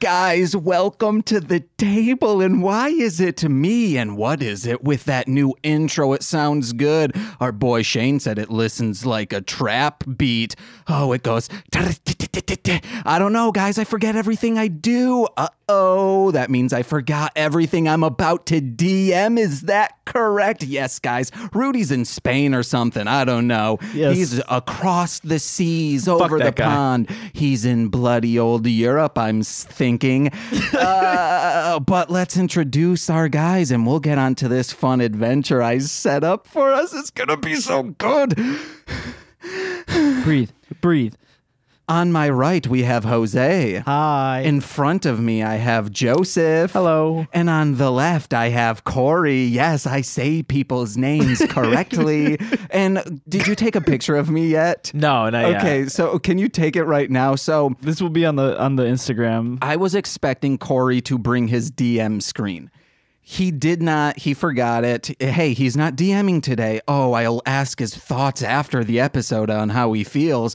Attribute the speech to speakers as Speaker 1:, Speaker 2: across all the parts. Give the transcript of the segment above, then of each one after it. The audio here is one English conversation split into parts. Speaker 1: guys, welcome to the table. And why is it me? And what is it with that new intro? It sounds good. Our boy Shane said it listens like a trap beat. Oh, it goes. I don't know, guys. I forget everything I do. Uh oh. That means I forgot everything I'm about to DM. Is that correct? Yes, guys. Rudy's in Spain or something. I don't know.
Speaker 2: Yes.
Speaker 1: He's across the seas, Oh, over the
Speaker 2: that guy.
Speaker 1: pond. He's in bloody old Europe, I'm s- thinking. uh, but let's introduce our guys and we'll get on to this fun adventure I set up for us. It's going to be so good.
Speaker 2: breathe, breathe.
Speaker 1: On my right, we have Jose.
Speaker 2: Hi.
Speaker 1: In front of me, I have Joseph.
Speaker 2: Hello.
Speaker 1: And on the left, I have Corey. Yes, I say people's names correctly. and did you take a picture of me yet?
Speaker 2: No, not yet.
Speaker 1: Okay, so can you take it right now? So
Speaker 2: This will be on the on the Instagram.
Speaker 1: I was expecting Corey to bring his DM screen. He did not. He forgot it. Hey, he's not DMing today. Oh, I'll ask his thoughts after the episode on how he feels.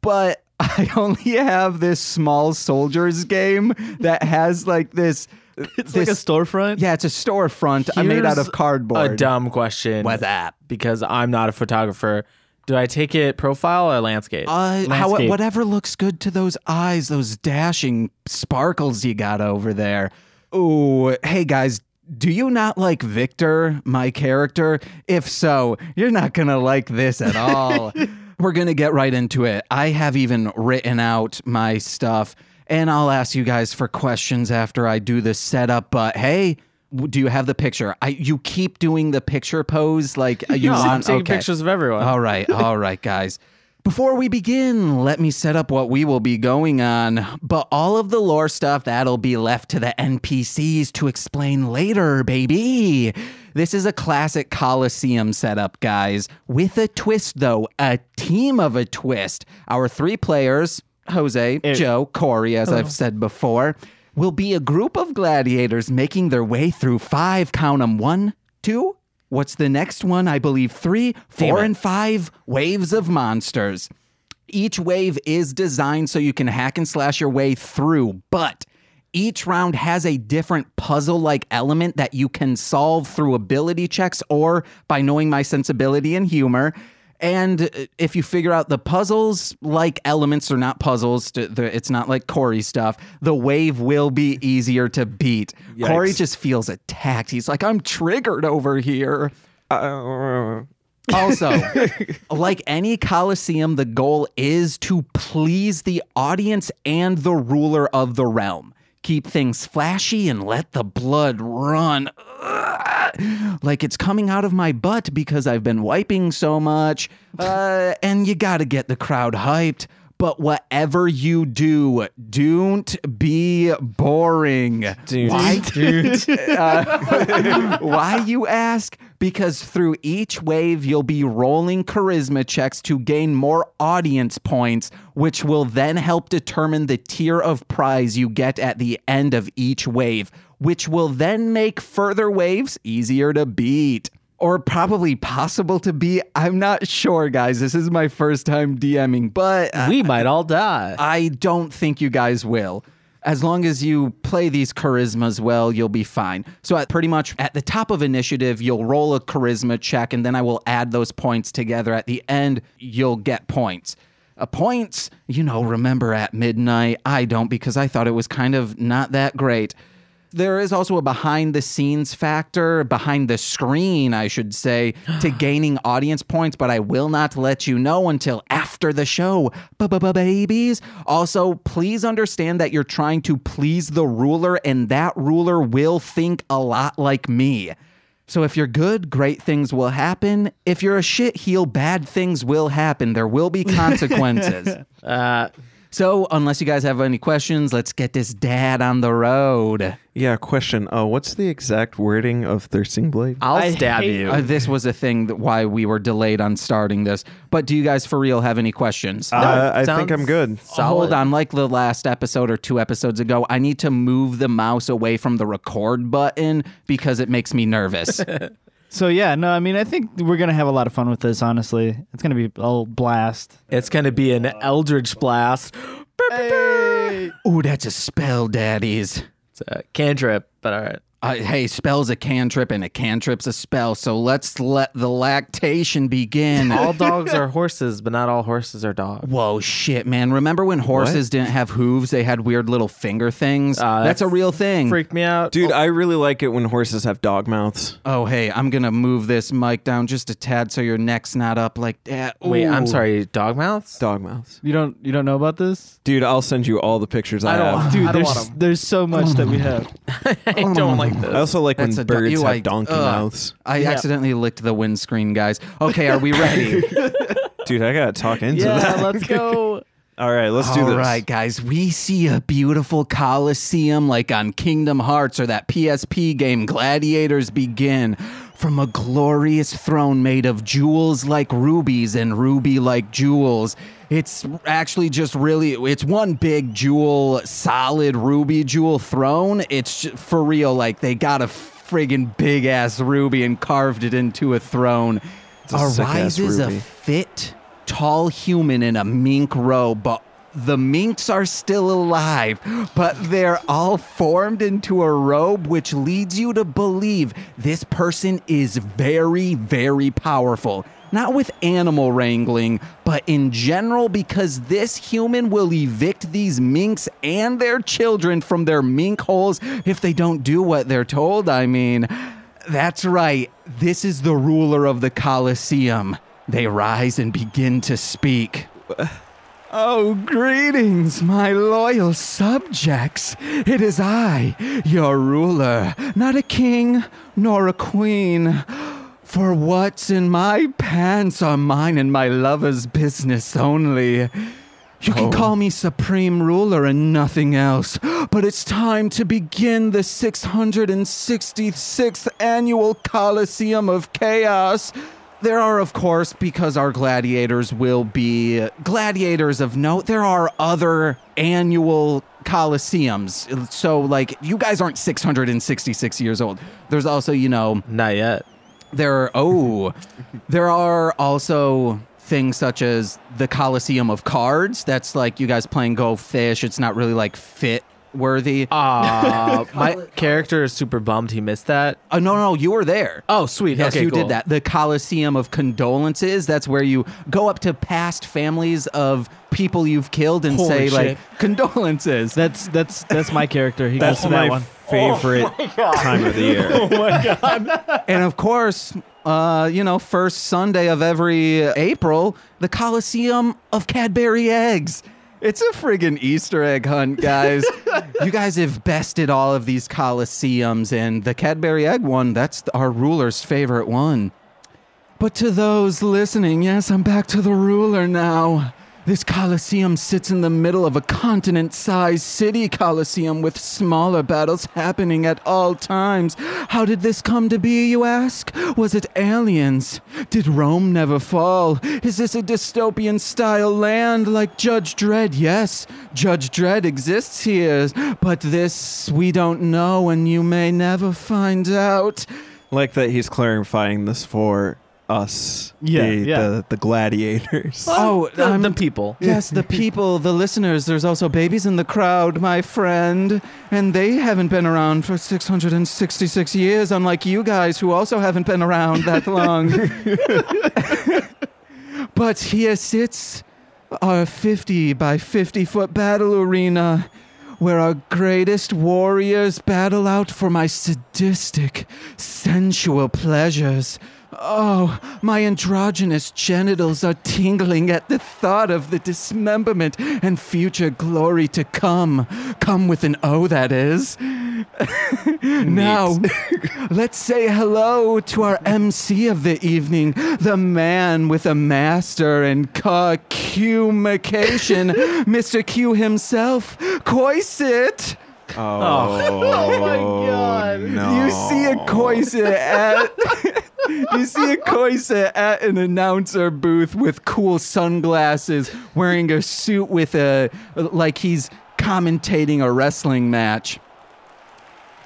Speaker 1: But I only have this small soldiers game that has like this.
Speaker 2: It's like a storefront.
Speaker 1: yeah, it's a storefront I made out
Speaker 3: Here's
Speaker 1: of cardboard.
Speaker 3: A dumb question.
Speaker 1: What's up?
Speaker 3: Because I'm not a photographer. Do I take it profile or landscape?
Speaker 1: Uh, how,
Speaker 2: Landscape.
Speaker 1: whatever looks good to those eyes, those dashing sparkles you got over there. Ooh, hey guys, do you not like Victor, my character? If so, you're not gonna like this at all. We're gonna get right into it. I have even written out my stuff, and I'll ask you guys for questions after I do the setup. But hey. w- Do you have the picture? I you keep doing the picture pose like uh, you
Speaker 3: No, I'm
Speaker 1: want.
Speaker 3: taking
Speaker 1: okay.
Speaker 3: pictures of everyone.
Speaker 2: Oh,
Speaker 1: All right, all right, guys. Before we begin, let me set up what we will be going on. But all of the lore stuff, that'll be left to the NPCs to explain later, baby. This is a classic Coliseum setup, guys. With a twist, though, a team of a twist. Our three players, Jose, Joe, Corey, as I've said before, will be a group of gladiators making their way through five, count 'em, one, two, What's the next one? I believe three, four, and five waves of monsters. Each wave is designed so you can hack and slash your way through, but each round has a different puzzle like element that you can solve through ability checks or by knowing my sensibility and humor. And uh, if you figure out the puzzles like elements are not puzzles, t- the- it's not like Corey stuff, the wave will be easier to beat. Corey just feels attacked. He's like, I'm triggered over here. Also, like any coliseum, the goal is to please the audience and the ruler of the realm. Keep things flashy and let the blood run. Ugh. Like it's coming out of my butt because I've been wiping so much. Uh, and you got to get the crowd hyped. But whatever you do, don't be boring.
Speaker 3: Dude.
Speaker 1: Why uh, why you ask? Because through each wave, you'll be rolling charisma checks to gain more audience points, which will then help determine the tier of prize you get at the end of each wave, which will then make further waves easier to beat. Or probably possible to be. I'm not sure, guys. This is my first time DMing, but uh,
Speaker 3: we might all die.
Speaker 2: Uh,
Speaker 1: I don't think you guys will. As long as you play these charismas well, you'll be fine. So, at pretty much at the top of initiative, you'll roll a charisma check, and then I will add those points together. At the end, you'll get points. Uh, points, you know, remember at midnight. I don't because I thought it was kind of not that great there is also a behind the scenes factor, behind the screen, I should say, to gaining audience points, but I will not let you know until after the show. Babies. Also, please understand that you're trying to please the ruler, and that ruler will think a lot like me. So if you're good, great things will happen. If you're a shit heel, bad things will happen. There will be consequences.
Speaker 3: Uh,
Speaker 1: so unless you guys have any questions, let's get this dad on the road.
Speaker 4: Yeah, question. Uh, what's the exact wording of Thirsting Blade?
Speaker 3: I'll
Speaker 2: I
Speaker 3: stab
Speaker 2: hate-
Speaker 3: you.
Speaker 1: Uh, this was a thing that why we were delayed on starting this. But do you guys for real have any questions?
Speaker 4: uh, I
Speaker 3: sounds-
Speaker 4: think I'm good.
Speaker 1: Hold on, like the last episode or two episodes ago, I need to move the mouse away from the record button because it makes me nervous.
Speaker 2: So yeah, no, I mean, I think we're gonna have a lot of fun with this. Honestly, it's gonna be a blast.
Speaker 3: It's gonna be an Eldritch blast.
Speaker 1: Ooh, that's a spell, daddies.
Speaker 3: It's a cantrip, but all right.
Speaker 1: Uh, hey, spell's a cantrip and a cantrip's a spell, so let's let the lactation begin.
Speaker 3: All dogs are horses, but not all horses are dogs.
Speaker 1: Whoa, shit, man. Remember when horses didn't have hooves? They had weird little finger things? that's,
Speaker 3: Ah, that's
Speaker 1: a real thing.
Speaker 3: Freaked me out.
Speaker 4: Dude, I really like it when horses have dog mouths.
Speaker 1: Oh, hey, I'm going to move this mic down just a tad so your neck's not up like that.
Speaker 3: Wait, I'm
Speaker 1: Ooh.
Speaker 3: sorry. Dog mouths?
Speaker 4: Dog mouths.
Speaker 2: You don't you don't know about this?
Speaker 4: Dude, I'll send you all the pictures I,
Speaker 3: I don't
Speaker 4: have.
Speaker 3: want-
Speaker 2: Dude,
Speaker 3: I don't
Speaker 2: there's
Speaker 3: want 'em.
Speaker 2: there's so much that we have.
Speaker 3: I don't like
Speaker 4: I
Speaker 3: this.
Speaker 4: also like when
Speaker 1: That's a do-
Speaker 4: birds
Speaker 1: ew,
Speaker 4: have
Speaker 1: I-
Speaker 4: donkey
Speaker 1: ugh.
Speaker 4: mouths.
Speaker 1: I accidentally licked the windscreen, guys. Okay, are we ready?
Speaker 4: Dude, I gotta talk into
Speaker 3: Yeah,
Speaker 4: that.
Speaker 3: let's go.
Speaker 4: All right, let's do
Speaker 1: All
Speaker 4: this.
Speaker 1: right, guys. We see a beautiful coliseum like on Kingdom Hearts or that PSP game Gladiators Begin from a glorious throne made of jewels like rubies and ruby like jewels. It's actually just really it's one big jewel solid ruby jewel throne. It's ju- for real like they got a friggin' big ass ruby and carved it into a throne.
Speaker 4: a sick-ass
Speaker 1: Arises a
Speaker 4: ruby.
Speaker 1: fit, tall human in a mink robe, but the minks are still alive, but they're all formed into a robe, which leads you to believe this person is very, very powerful. Not with animal wrangling, but in general, because this human will evict these minks and their children from their mink holes if they don't do what they're told. I mean, that's right. This is the ruler of the Colosseum. They rise and begin to speak. Oh, greetings, my loyal subjects. It is I, your ruler, not a king nor a queen. For what's in my pants are mine and my lover's business only. You can call me supreme ruler and nothing else, but it's time to begin the 666th annual Colosseum of Chaos. There are, of course, because our gladiators will be gladiators of note, there are other annual Colosseums. So, like, you guys aren't 666 years old. There's also, you know,
Speaker 3: Not yet.
Speaker 1: there are oh there are also things such as the coliseum of cards that's like you guys playing go fish it's not really like fit worthy uh, uh,
Speaker 3: Ah, my character is super bummed he missed that.
Speaker 1: no no you were there
Speaker 3: Oh, sweet.
Speaker 1: Yes,
Speaker 3: okay,
Speaker 1: you
Speaker 3: cool.
Speaker 1: did that. The Coliseum of Condolences. That's where you go up to past families of people you've killed and
Speaker 3: Holy
Speaker 1: say,
Speaker 3: shit.
Speaker 1: like, condolences.
Speaker 2: That's that's that's my character. He
Speaker 4: That's
Speaker 2: goes to
Speaker 4: my
Speaker 2: that one.
Speaker 4: favorite time of the year.
Speaker 1: and of course, uh, you know, first Sunday of every April, the Coliseum of Cadbury eggs. It's a friggin' Easter egg hunt, guys. you guys have bested all of these Coliseums, and the Cadbury egg one, that's our ruler's favorite one. But to those listening, yes, I'm back to the ruler now. This Colosseum sits in the middle of a continent sized city Colosseum with smaller battles happening at all times. How did this come to be, you ask? Was it aliens? Did Rome never fall? Is this a dystopian style land like Judge Dredd? Yes, Judge Dredd exists here, but this we don't know and you may never find out.
Speaker 4: like that he's clarifying this for us.
Speaker 2: Yeah,
Speaker 4: the,
Speaker 2: yeah.
Speaker 4: The, the gladiators.
Speaker 1: Oh,
Speaker 3: The,
Speaker 1: I'm-
Speaker 3: the people.
Speaker 1: Yes, the people, the listeners, there's also babies in the crowd, my friend. And they haven't been around for 666 years, unlike you guys who also haven't been around that long. but here sits our 50 by 50 foot battle arena where our greatest warriors battle out for my sadistic, sensual pleasures. Oh, my androgynous genitals are tingling at the thought of the dismemberment and future glory to come. Come with an O, that is. now, let's say hello to our MC of the evening, the man with a master in cacumication, Mr. Q himself, Coisit.
Speaker 4: Oh, my
Speaker 2: God.
Speaker 4: Oh, No.
Speaker 1: You see a Coisit at you see a Coisit at an announcer booth with cool sunglasses, wearing a suit with a like he's commentating a wrestling match.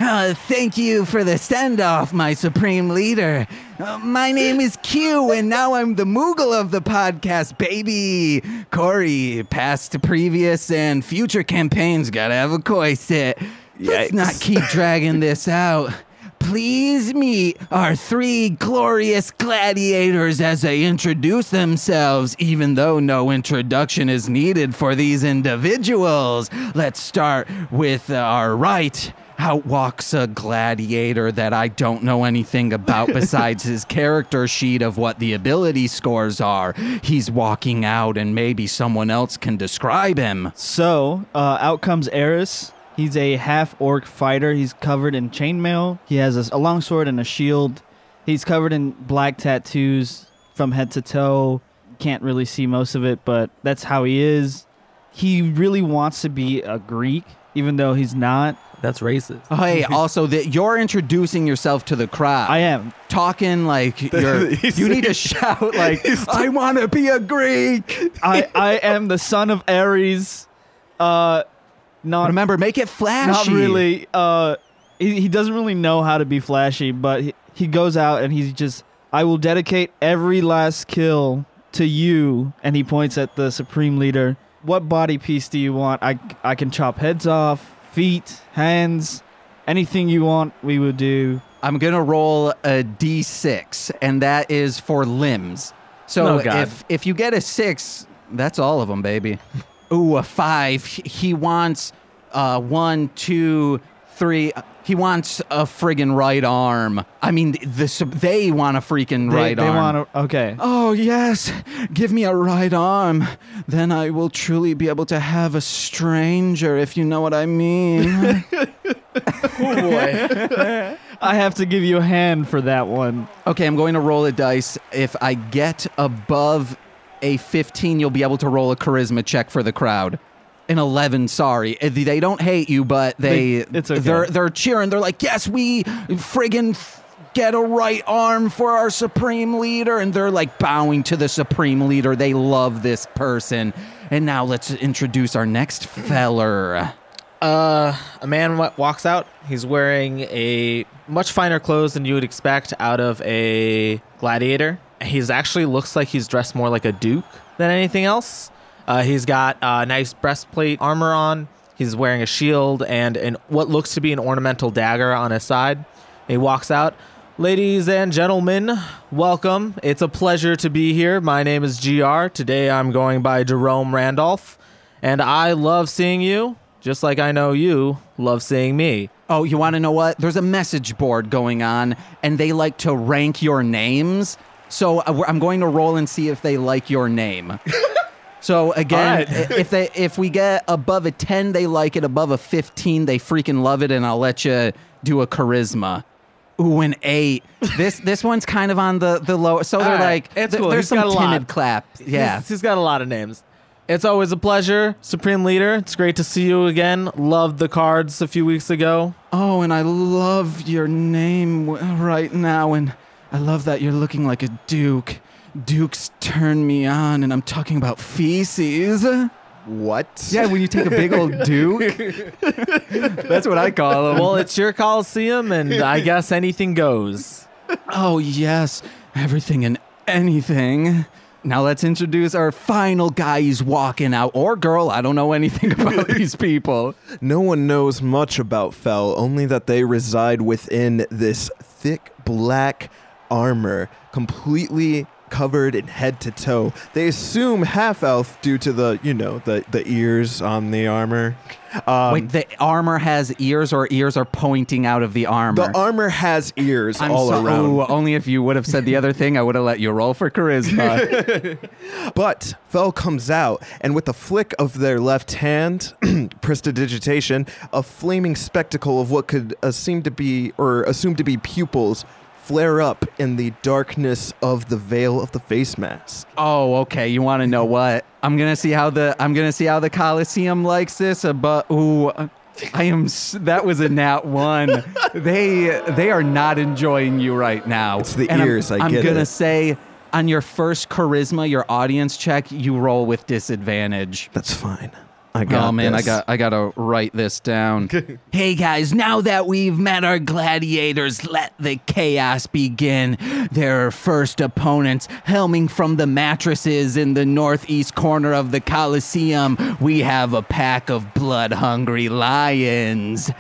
Speaker 1: Uh, thank you for the send off, my supreme leader. Uh, my name is Q, and now I'm the Moogle of the podcast, baby. Corey, past, previous, and future campaigns gotta have a koi sit. Let's
Speaker 4: Yikes.
Speaker 1: not keep dragging this out. Please meet our three glorious gladiators as they introduce themselves, even though no introduction is needed for these individuals. Let's start with our right. Out walks a gladiator that I don't know anything about besides his character sheet of what the ability scores are. He's walking out, and maybe someone else can describe him.
Speaker 2: So, uh, out comes Eris. He's a half orc fighter. He's covered in chainmail. He has a, a long sword and a shield. He's covered in black tattoos from head to toe. Can't really see most of it, but that's how he is. He really wants to be a Greek, even though he's not.
Speaker 3: That's racist.
Speaker 1: Hey, also that you're introducing yourself to the crowd.
Speaker 2: I am.
Speaker 1: talking like you're,
Speaker 4: He's-
Speaker 1: you need to shout like I want to be a Greek.
Speaker 2: I, I am the son of Ares. Uh, not
Speaker 1: Oh, Remember, make it
Speaker 2: not
Speaker 1: flashy.
Speaker 2: really. Uh, he, he doesn't really know how to be flashy, but he, he goes out and he's just, I will dedicate every last kill to you. And he points at the supreme leader. What body piece do you want? I, I can chop heads off, feet, hands, anything you want, we will do.
Speaker 1: I'm gonna roll a d6, and that is for limbs. So
Speaker 3: Oh, God.
Speaker 1: if if you get a six, that's all of them, baby. Ooh, a five. He- He wants uh, one, two, three. He wants a friggin' right arm. I mean, the, sub they want a freaking
Speaker 2: They,
Speaker 1: right
Speaker 2: they
Speaker 1: arm.
Speaker 2: want to, okay.
Speaker 1: Oh, yes. Give me a right arm. Then I will truly be able to have a stranger, if you know what I mean.
Speaker 2: I have to give you a hand for that one.
Speaker 1: okay, I'm going to roll a dice. If I get above a 15, you'll be able to roll a charisma check for the crowd. An 11, sorry. Eh, They don't hate you, but they,
Speaker 2: They- it's okay.
Speaker 1: they're they're cheering. They're like, "Yes, we friggin' f- get a right arm for our supreme leader." And they're like bowing to the supreme leader. They love this person. And now let's introduce our next feller.
Speaker 3: Uh, a man wa- walks out. He's wearing a much finer clothes than you would expect out of a gladiator. He's actually looks like he's dressed more like a duke than anything else. Uh, he's got uh, nice breastplate armor on. He's wearing a shield and an, what looks to be an ornamental dagger on his side. He walks out. Ladies and gentlemen, welcome. It's a pleasure to be here. My name is GR. Today I'm going by Jerome Randolph, and I love seeing you, just like I know you love seeing me.
Speaker 1: Oh, you want to know what? There's a message board going on, and they like to rank your names. So I- I'm going to roll and see if they like your name. So again,
Speaker 3: All right.
Speaker 1: i- if they if we get above a 10, they like it. Above a 15, they freaking love it, and I'll let you do a charisma. Ooh, an eight. This this one's kind of on the the low. So they're
Speaker 3: All right.
Speaker 1: like,
Speaker 3: It's
Speaker 1: th-
Speaker 3: cool.
Speaker 1: there's
Speaker 3: He's got
Speaker 1: some
Speaker 3: a lot.
Speaker 1: timid clap. Yeah.
Speaker 3: He's- he's got a lot of names. It's always a pleasure, Supreme Leader. It's great to see you again. Loved the cards a few weeks ago.
Speaker 1: Oh, and I love your name w- right now, and I love that you're looking like a duke. Dukes turn me on, and I'm talking about feces.
Speaker 4: What?
Speaker 1: Yeah, when you take a big old duke. That's what I call him.
Speaker 3: Well, it's your Coliseum, and I guess anything goes.
Speaker 1: Oh, yes, everything and anything. Now let's introduce our final guy. He's walking out, or girl. I don't know anything about these people.
Speaker 4: No one knows much about Fell, only that they reside within this thick black armor, completely covered in head to toe. They assume half elf due to the, you know, the, the ears on the armor. Um,
Speaker 1: Wait, the armor has ears, or ears are pointing out of the armor.
Speaker 4: the armor has ears all
Speaker 1: so-
Speaker 4: around.
Speaker 1: Ooh, only if you would have said the other thing, I would have let you roll for charisma.
Speaker 4: But Fel comes out, and with a flick of their left hand, prestidigitation, a flaming spectacle of what could uh, seem to be or assumed to be pupils flare up in the darkness of the veil of the face mask.
Speaker 1: oh, okay. You want to know what? I'm gonna see how the I'm gonna see how the Coliseum likes this. uh, But ooh, I am. s- That was a nat one. they they are not enjoying you right now. It's
Speaker 4: the ears, I
Speaker 1: I'm
Speaker 4: get
Speaker 1: gonna
Speaker 4: it.
Speaker 1: say on your first charisma, your audience check, you roll with disadvantage.
Speaker 4: That's fine. I got
Speaker 1: oh man,
Speaker 4: this.
Speaker 1: I got I gotta write this down. hey guys, now that we've met our gladiators, let the chaos begin. Their first opponents, helming from the mattresses in the northeast corner of the Coliseum, we have a pack of blood-hungry lions.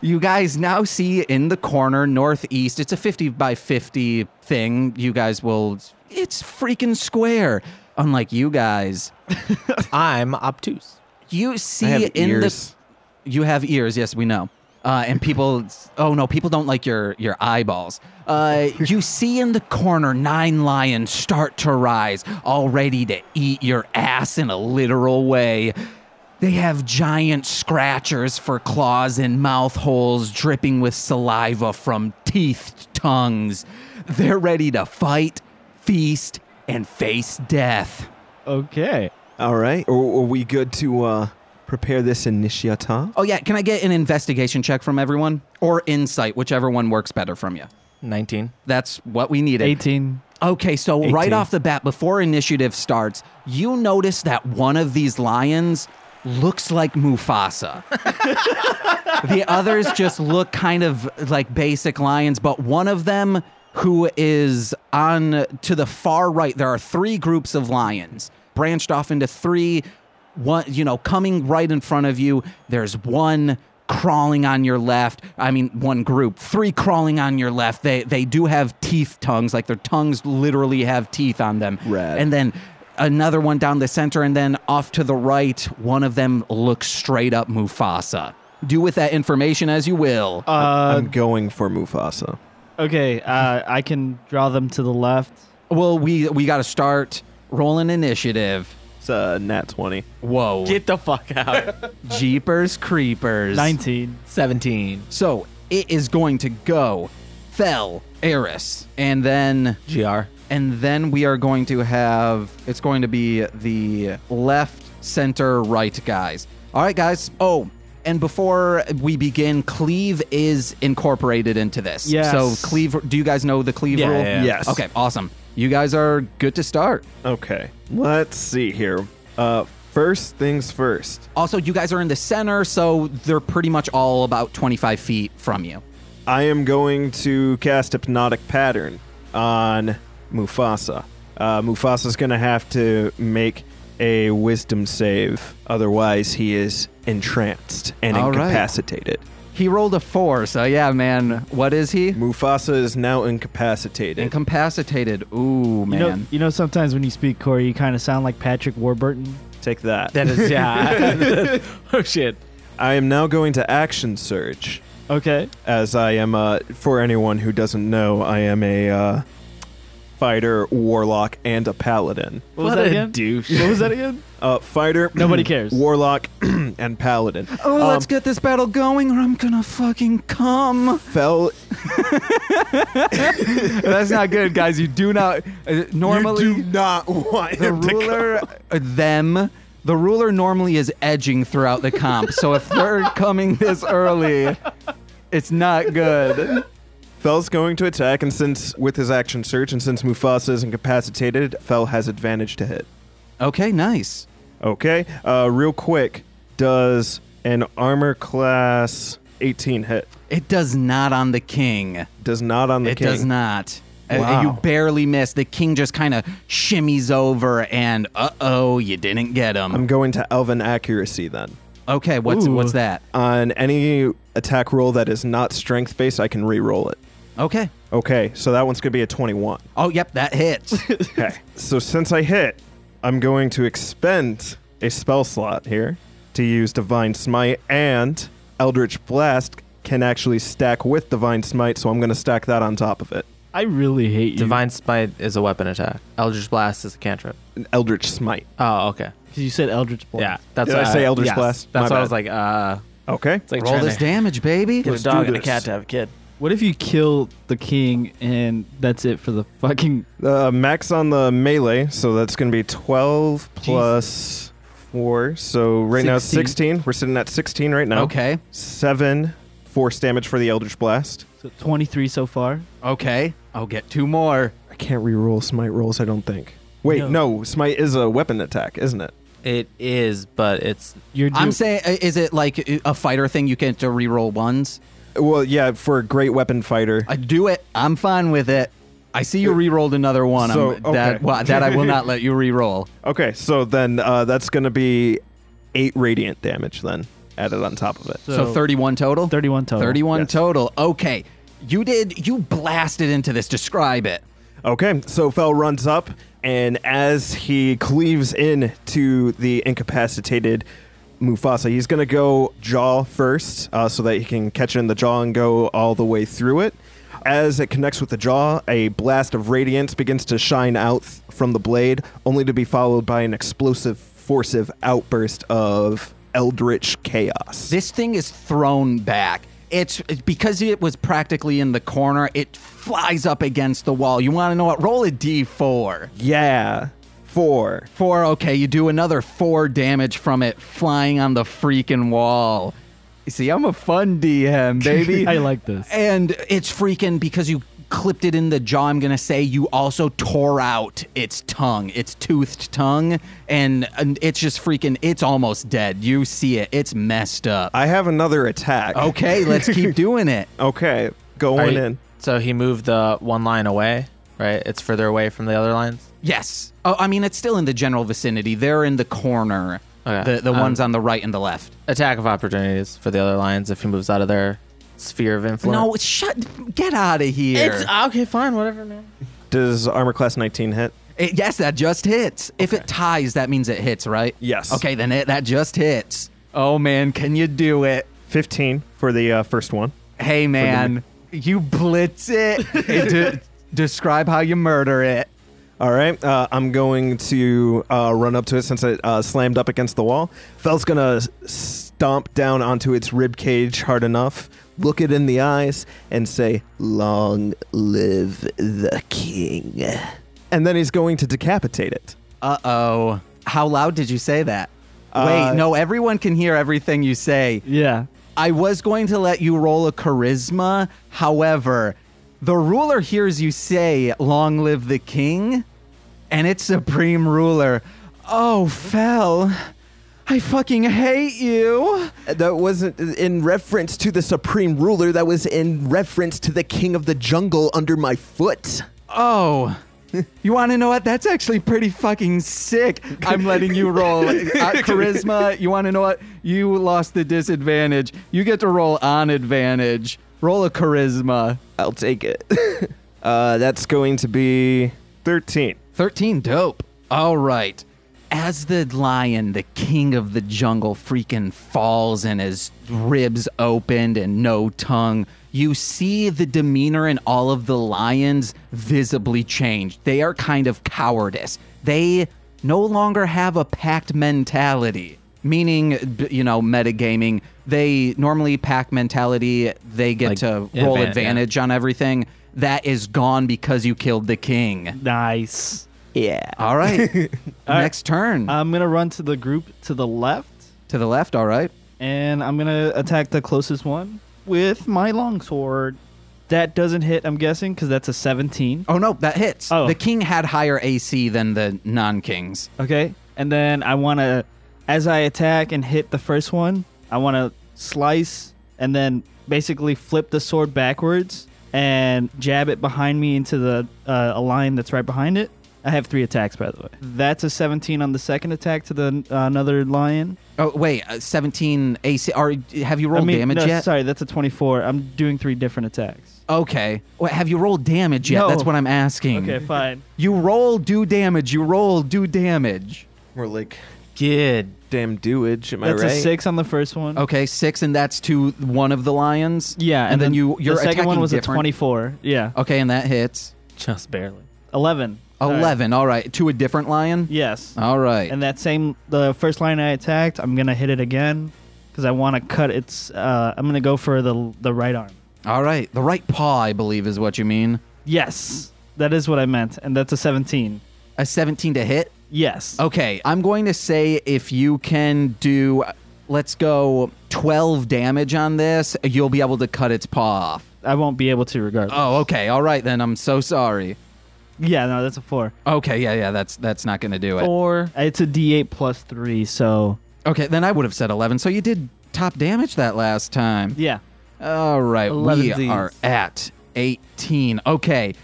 Speaker 1: You guys now see in the corner northeast. It's a 50 by 50 thing. You guys will it's freaking square. Unlike you guys,
Speaker 3: I'm obtuse.
Speaker 1: you see
Speaker 4: have
Speaker 1: in
Speaker 4: ears.
Speaker 1: the you have ears yes we know uh, and people oh no people don't like your your eyeballs uh, you see in the corner nine lions start to rise all ready to eat your ass in a literal way they have giant scratchers for claws and mouth holes dripping with saliva from teeth tongues they're ready to fight feast and face death
Speaker 2: Okay.
Speaker 4: All right. Are, are we good to uh, prepare this initiata?
Speaker 1: Oh yeah, can I get an investigation check from everyone or insight, whichever one works better from you?
Speaker 3: 19.
Speaker 1: That's what we needed.
Speaker 2: 18.
Speaker 1: Okay, so
Speaker 2: 18.
Speaker 1: right off the bat, before initiative starts, you notice that one of these lions looks like Mufasa. the others just look kind of like basic lions, but one of them who is on to the far right, there are three groups of lions branched off into three. One, you know, coming right in front of you, there's one crawling on your left. I mean, one group, three crawling on your left. They they do have teeth tongues, like their tongues literally have teeth on them.
Speaker 4: Rad.
Speaker 1: And then another one down the center, and then off to the right, one of them looks straight up Mufasa. Do with that information as you will.
Speaker 2: Uh,
Speaker 4: I'm going for Mufasa.
Speaker 2: okay. Uh, I can draw them to the left.
Speaker 1: well, we we got to start rolling initiative.
Speaker 4: It's a nat 20.
Speaker 1: Whoa,
Speaker 3: Get the fuck out.
Speaker 1: jeepers creepers.
Speaker 2: 19.
Speaker 3: 17.
Speaker 1: So it is going to go, Fell, Eris, and then
Speaker 3: GR.
Speaker 1: and then we are going to have it's going to be the left center right guys all right guys oh and before we begin cleave is incorporated into this
Speaker 2: Yes.
Speaker 1: so cleave do you guys know the cleave
Speaker 3: Yeah,
Speaker 1: rule
Speaker 3: yeah, yeah.
Speaker 4: Yes.
Speaker 1: okay awesome you guys are good to start
Speaker 4: Okay. Let's see here. Uh, first things first.
Speaker 1: also you guys are in the center so they're pretty much all about 25 feet from you
Speaker 4: I am going to cast Hypnotic Pattern on Mufasa. Uh, Mufasa's going to have to make a wisdom save. Otherwise, he is entranced and
Speaker 1: All right.
Speaker 4: incapacitated.
Speaker 1: he rolled a four so yeah man what is he
Speaker 4: Mufasa is now incapacitated.
Speaker 1: incapacitated ooh
Speaker 2: You
Speaker 1: man
Speaker 2: know, you know, sometimes when you speak, Corey, you kind of sound like Patrick Warburton.
Speaker 4: Take that.
Speaker 3: That is, yeah. oh, shit.
Speaker 4: I am now going to action surge.
Speaker 2: Okay.
Speaker 4: as I am, uh, for anyone who doesn't know, I am a uh, fighter, warlock, and a paladin.
Speaker 2: What, was
Speaker 3: What
Speaker 2: that
Speaker 3: a
Speaker 2: again?
Speaker 3: douche.
Speaker 2: What was that again?
Speaker 4: Uh, fighter.
Speaker 2: Nobody cares.
Speaker 4: Warlock and paladin.
Speaker 1: Oh, let's
Speaker 4: Um,
Speaker 1: get this battle going, or I'm gonna fucking come.
Speaker 4: Fell.
Speaker 1: That's not good, guys. You do not uh, normally
Speaker 4: you do not want
Speaker 1: the
Speaker 4: him to come.
Speaker 1: ruler uh, them. The ruler normally is edging throughout the comp, so if they're coming this early, it's not good.
Speaker 4: Fell's going to attack, and since with his action surge, and since Mufasa is incapacitated, Fell has advantage to hit.
Speaker 1: Okay, nice.
Speaker 4: Okay. Uh, real quick, does an armor class 18 hit?
Speaker 1: It does not on the king.
Speaker 4: Does not on the
Speaker 1: it
Speaker 4: king.
Speaker 1: does not. Uh,
Speaker 4: Wow.
Speaker 1: You barely miss. The king just kind of shimmies over, and uh oh, you didn't get him.
Speaker 4: I'm going to Elven accuracy then.
Speaker 1: okay, what's
Speaker 2: Ooh.
Speaker 1: what's that?
Speaker 4: on any attack roll that is not strength based, I can re-roll it.
Speaker 1: Okay.
Speaker 4: Okay, so that one's gonna be a 21.
Speaker 1: Oh, yep, that hits.
Speaker 4: Okay. so since I hit, I'm going to expend a spell slot here to use Divine Smite and Eldritch Blast can actually stack with Divine Smite, so I'm gonna stack that on top of it.
Speaker 2: I really hate you.
Speaker 3: Divine Spite is a weapon attack. Eldritch Blast is a cantrip.
Speaker 4: Eldritch Smite.
Speaker 3: Oh, okay.
Speaker 2: 'Cause You said Eldritch Blast.
Speaker 3: Yeah. That's
Speaker 4: Did I
Speaker 3: what
Speaker 4: say Eldritch
Speaker 3: yes,
Speaker 4: Blast?
Speaker 3: That's
Speaker 4: My
Speaker 3: what
Speaker 4: bad.
Speaker 3: I was like, uh,
Speaker 4: Okay.
Speaker 3: it's like
Speaker 1: Roll
Speaker 3: trying
Speaker 1: this
Speaker 3: to
Speaker 1: damage, baby.
Speaker 3: Get
Speaker 4: Let's
Speaker 3: a
Speaker 4: do
Speaker 3: dog and a
Speaker 4: this.
Speaker 3: cat to have a kid.
Speaker 2: What if you kill the king and that's it for the fucking?
Speaker 4: Uh, max on the melee, so that's going to be 12 plus 4. So right now it's
Speaker 2: 16.
Speaker 4: 16. We're sitting at 16 right now.
Speaker 1: Okay.
Speaker 4: Seven force damage for the Eldritch Blast.
Speaker 2: So Twenty-three so far.
Speaker 1: Okay. I'll get two more.
Speaker 4: I can't reroll smite rolls, I don't think. Wait,
Speaker 2: No.
Speaker 4: no. smite is a weapon attack, isn't it?
Speaker 3: It is, but it's
Speaker 2: Your
Speaker 1: I'm
Speaker 2: Duke-
Speaker 1: saying, uh, is it like a- a fighter thing? You can to reroll ones.
Speaker 4: Well, yeah, for a great weapon fighter.
Speaker 1: I do it. I'm fine with it. I see you re-rolled another one.
Speaker 4: So,
Speaker 1: I'm- That
Speaker 4: okay.
Speaker 1: well, that I will not let you re-roll.
Speaker 4: Okay, so then uh, that's going to be eight radiant damage then added on top of it.
Speaker 1: So, 31 total.
Speaker 2: 31 total.
Speaker 1: 31
Speaker 4: Yes.
Speaker 1: total. Okay, you did. You blasted into this. Describe it.
Speaker 4: Okay, so Fell runs up, and as he cleaves in to the incapacitated Mufasa, he's going to go jaw first uh, so that he can catch it in the jaw and go all the way through it. As it connects with the jaw, a blast of radiance begins to shine out th- from the blade, only to be followed by an explosive, forcive outburst of eldritch chaos.
Speaker 1: This thing is thrown back. It's it's because it was practically in the corner. It flies up against the wall. You want to know what? Roll a d4.
Speaker 4: yeah, four.
Speaker 1: Four. Okay, you do another four damage from it flying on the freaking wall. You see, I'm a fun DM, baby.
Speaker 5: I like this.
Speaker 1: And it's freaking because you clipped it in the jaw. I'm gonna say you also tore out its tongue, its toothed tongue, and, and it's just freaking. It's almost dead. You see it. It's messed up.
Speaker 4: I have another attack.
Speaker 1: Okay, let's keep doing it.
Speaker 4: Okay, going
Speaker 3: Are you-
Speaker 4: in.
Speaker 3: So he moved the one line away, right? It's further away from the other lines.
Speaker 1: Yes. Oh, I mean, it's still in the general vicinity. They're in the corner.
Speaker 3: Okay.
Speaker 1: The the
Speaker 3: Um,
Speaker 1: ones on the right and the left.
Speaker 3: Attack of opportunities for the other lines if he moves out of their sphere of
Speaker 1: No,
Speaker 3: influence.
Speaker 1: shut. Get out of here.
Speaker 3: ah, okay, fine, whatever, man.
Speaker 4: Does armor class 19 hit?
Speaker 1: It- yes, that just hits. If it ties, that means it hits, right?
Speaker 4: Yes.
Speaker 1: Okay, then it, that just hits. Oh man, can you do it?
Speaker 4: 15 for the uh, first one.
Speaker 1: Hey man, you blitz it. It de- describe how you murder it.
Speaker 4: All right, uh, I'm going to uh, run up to it since it uh, slammed up against the wall. Fell's gonna s- stomp down onto its rib cage hard enough, look it in the eyes, and say, "Long live the king." And then he's going to decapitate it.
Speaker 1: Uh oh. How loud did you say that?
Speaker 4: Uh,
Speaker 1: Wait, no, everyone can hear everything you say.
Speaker 2: Yeah.
Speaker 1: I was going to let you roll a charisma. However, the ruler hears you say, Long live the king, and it's supreme ruler. Oh, Fel, I fucking hate you.
Speaker 4: Uh, That wasn't in reference to the supreme ruler. That was in reference to the king of the jungle under my foot.
Speaker 1: Oh. You want to know what? That's actually pretty fucking sick. I'm letting you roll uh, charisma. You want to know what? You lost the disadvantage. You get to roll on advantage. Roll a charisma.
Speaker 4: I'll take it. uh, that's going to be 13.
Speaker 1: 13 dope all right as the lion the king of the jungle freaking falls and his ribs opened and no tongue you see the demeanor in all of the lions visibly changed they are kind of cowardice they no longer have a packed mentality meaning b- you know metagaming they normally pack mentality they get
Speaker 3: Like,
Speaker 1: to roll
Speaker 3: advan- yeah.
Speaker 1: advantage on everything that is gone because you killed the king
Speaker 2: Nice.
Speaker 4: Yeah.
Speaker 1: all right. Next turn.
Speaker 2: I'm going to run to the group to the left
Speaker 1: to the left, all right.
Speaker 2: and I'm going to attack the closest one with my longsword. That doesn't hit, I'm guessing, because that's a 17.
Speaker 1: Oh, no, that hits.
Speaker 2: Oh.
Speaker 1: The king had higher AC than the non kings.
Speaker 2: Okay. And then I want to, as I attack and hit the first one, I want to slice and then basically flip the sword backwards and jab it behind me into the uh, a line that's right behind it. I have three attacks, by the way.
Speaker 1: Hmm.
Speaker 2: That's a 17 on the second attack to the uh, another lion.
Speaker 1: Oh, wait, uh, 17 AC. Are, have you
Speaker 2: I
Speaker 1: rolled
Speaker 2: mean,
Speaker 1: damage
Speaker 2: no,
Speaker 1: yet?
Speaker 2: sorry, that's a 24. I'm doing three different attacks.
Speaker 1: Okay. Wait, have you rolled damage yet?
Speaker 2: No.
Speaker 1: That's what I'm asking.
Speaker 2: Okay, fine.
Speaker 1: You roll, do damage. You roll, do damage.
Speaker 4: We're like
Speaker 3: Good.
Speaker 4: damn doage, am
Speaker 2: That's
Speaker 4: I right?
Speaker 2: a six on the first one.
Speaker 1: Okay, six, and that's to one of the lions.
Speaker 2: Yeah,
Speaker 1: Oh. and, then, you your
Speaker 2: the second one
Speaker 1: attacking
Speaker 2: was a
Speaker 1: different-
Speaker 2: 24. Yeah,
Speaker 1: Okay, and that hits
Speaker 3: Just barely.
Speaker 2: 11. Sorry.
Speaker 1: eleven. All right, to a different lion.
Speaker 2: Yes.
Speaker 1: All right.
Speaker 2: And that same, the first line I attacked, I'm gonna hit it again because I want to cut its. Uh, I'm gonna go for the the right arm.
Speaker 1: all right. The right paw, I believe, is what you mean.
Speaker 2: Yes, that is what I meant, and that's a 17.
Speaker 1: A 17 to hit?
Speaker 2: Yes.
Speaker 1: Okay, I'm going to say if you can do, let's go 12 damage on this, you'll be able to cut its paw off.
Speaker 3: Oh,
Speaker 2: I won't be able to regardless.
Speaker 1: Oh, okay. All right, then. I'm so sorry.
Speaker 2: Yeah, no, that's a four.
Speaker 1: Okay, yeah, yeah, that's that's not going to do it.
Speaker 3: Or
Speaker 2: It's a D8 plus three, so
Speaker 1: Okay, then I would have said 11. So you did top damage that last time.
Speaker 2: yeah.
Speaker 1: All right, we
Speaker 3: 11 Zs.
Speaker 1: are at 18. Okay,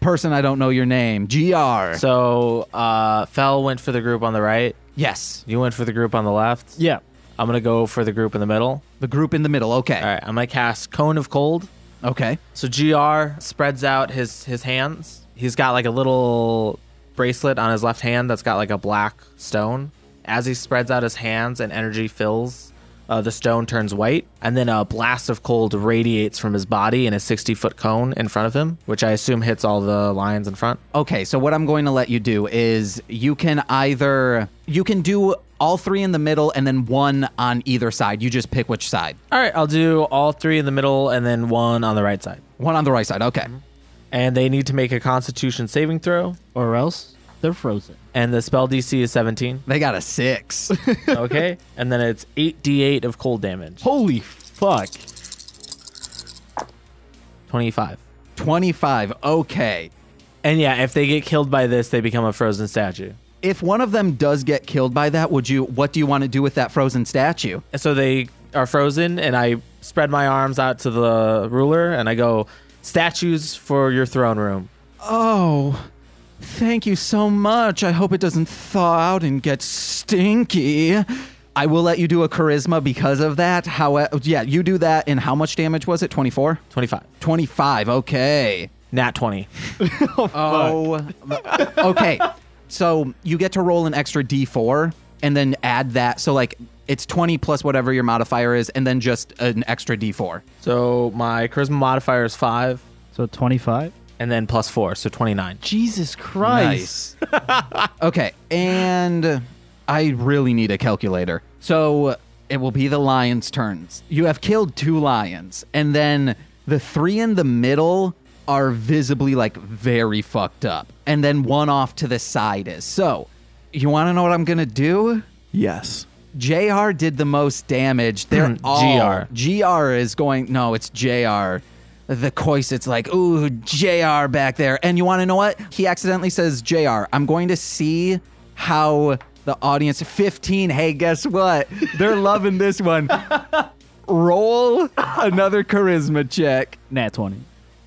Speaker 1: person I don't know your name, GR.
Speaker 3: so uh, Fel went for the group on the right.
Speaker 1: yes,
Speaker 3: You went for the group on the left.
Speaker 2: Yeah.
Speaker 3: I'm gonna go for the group in the middle.
Speaker 1: the group in the middle. Okay,
Speaker 3: All right, I'm gonna cast Cone of Cold.
Speaker 1: okay.
Speaker 3: So Gr spreads out his his hands. He's got like a little bracelet on his left hand that's got like a black stone. As he spreads out his hands and energy fills, uh, the stone turns white, and then a blast of cold radiates from his body in a 60 foot cone in front of him, which I assume hits all the lions in front.
Speaker 1: Okay, so what I'm going to let you do is you can either you can do all three in the middle and then one on either side. You just pick which side.
Speaker 3: All right, I'll do all three in the middle and then one on the right side.
Speaker 1: One on the right side. Okay.
Speaker 3: And they need to make a Constitution saving throw,
Speaker 2: Or else they're frozen.
Speaker 3: and the spell DC is 17.
Speaker 1: They got a 6.
Speaker 3: okay, and then it's 8d8 of cold damage.
Speaker 2: Holy fuck.
Speaker 3: 25.
Speaker 1: 25. Okay.
Speaker 3: And yeah, if they get killed by this, they become a frozen statue.
Speaker 1: If one of them does get killed by that, would you what do you want to do with that frozen statue?
Speaker 3: And so they are frozen, and I spread my arms out to the ruler and I go, Statues for your throne room.
Speaker 1: Oh, thank you so much. I hope it doesn't thaw out and get stinky. I will let you do a charisma because of that. How yeah, you do that and how much damage was it? 24?
Speaker 3: 25.
Speaker 1: 25. Okay.
Speaker 3: Nat 20.
Speaker 1: Oh. okay. So you get to roll an extra d4 and then add that. So, like, it's 20 plus whatever your modifier is, and then just an extra d4.
Speaker 3: So my charisma modifier is 5,
Speaker 2: So 25?
Speaker 3: and then plus 4, so 29.
Speaker 2: Jesus Christ.
Speaker 1: Nice. okay. And I really need a calculator. So it will be the lion's turns. You have killed two lions, and then the three in the middle are visibly, like, very fucked up. And then one off to the side is. So, you want to know what I'm going to do?
Speaker 4: Yes.
Speaker 1: JR did the most damage. They're all
Speaker 3: GR.
Speaker 1: GR is going no, it's JR. The Koisit's like, ooh, JR back there. And you wanna know what? He accidentally says JR. I'm going to see how the audience 15, hey, guess what? They're loving this one. Roll another charisma check.
Speaker 2: Nat 20.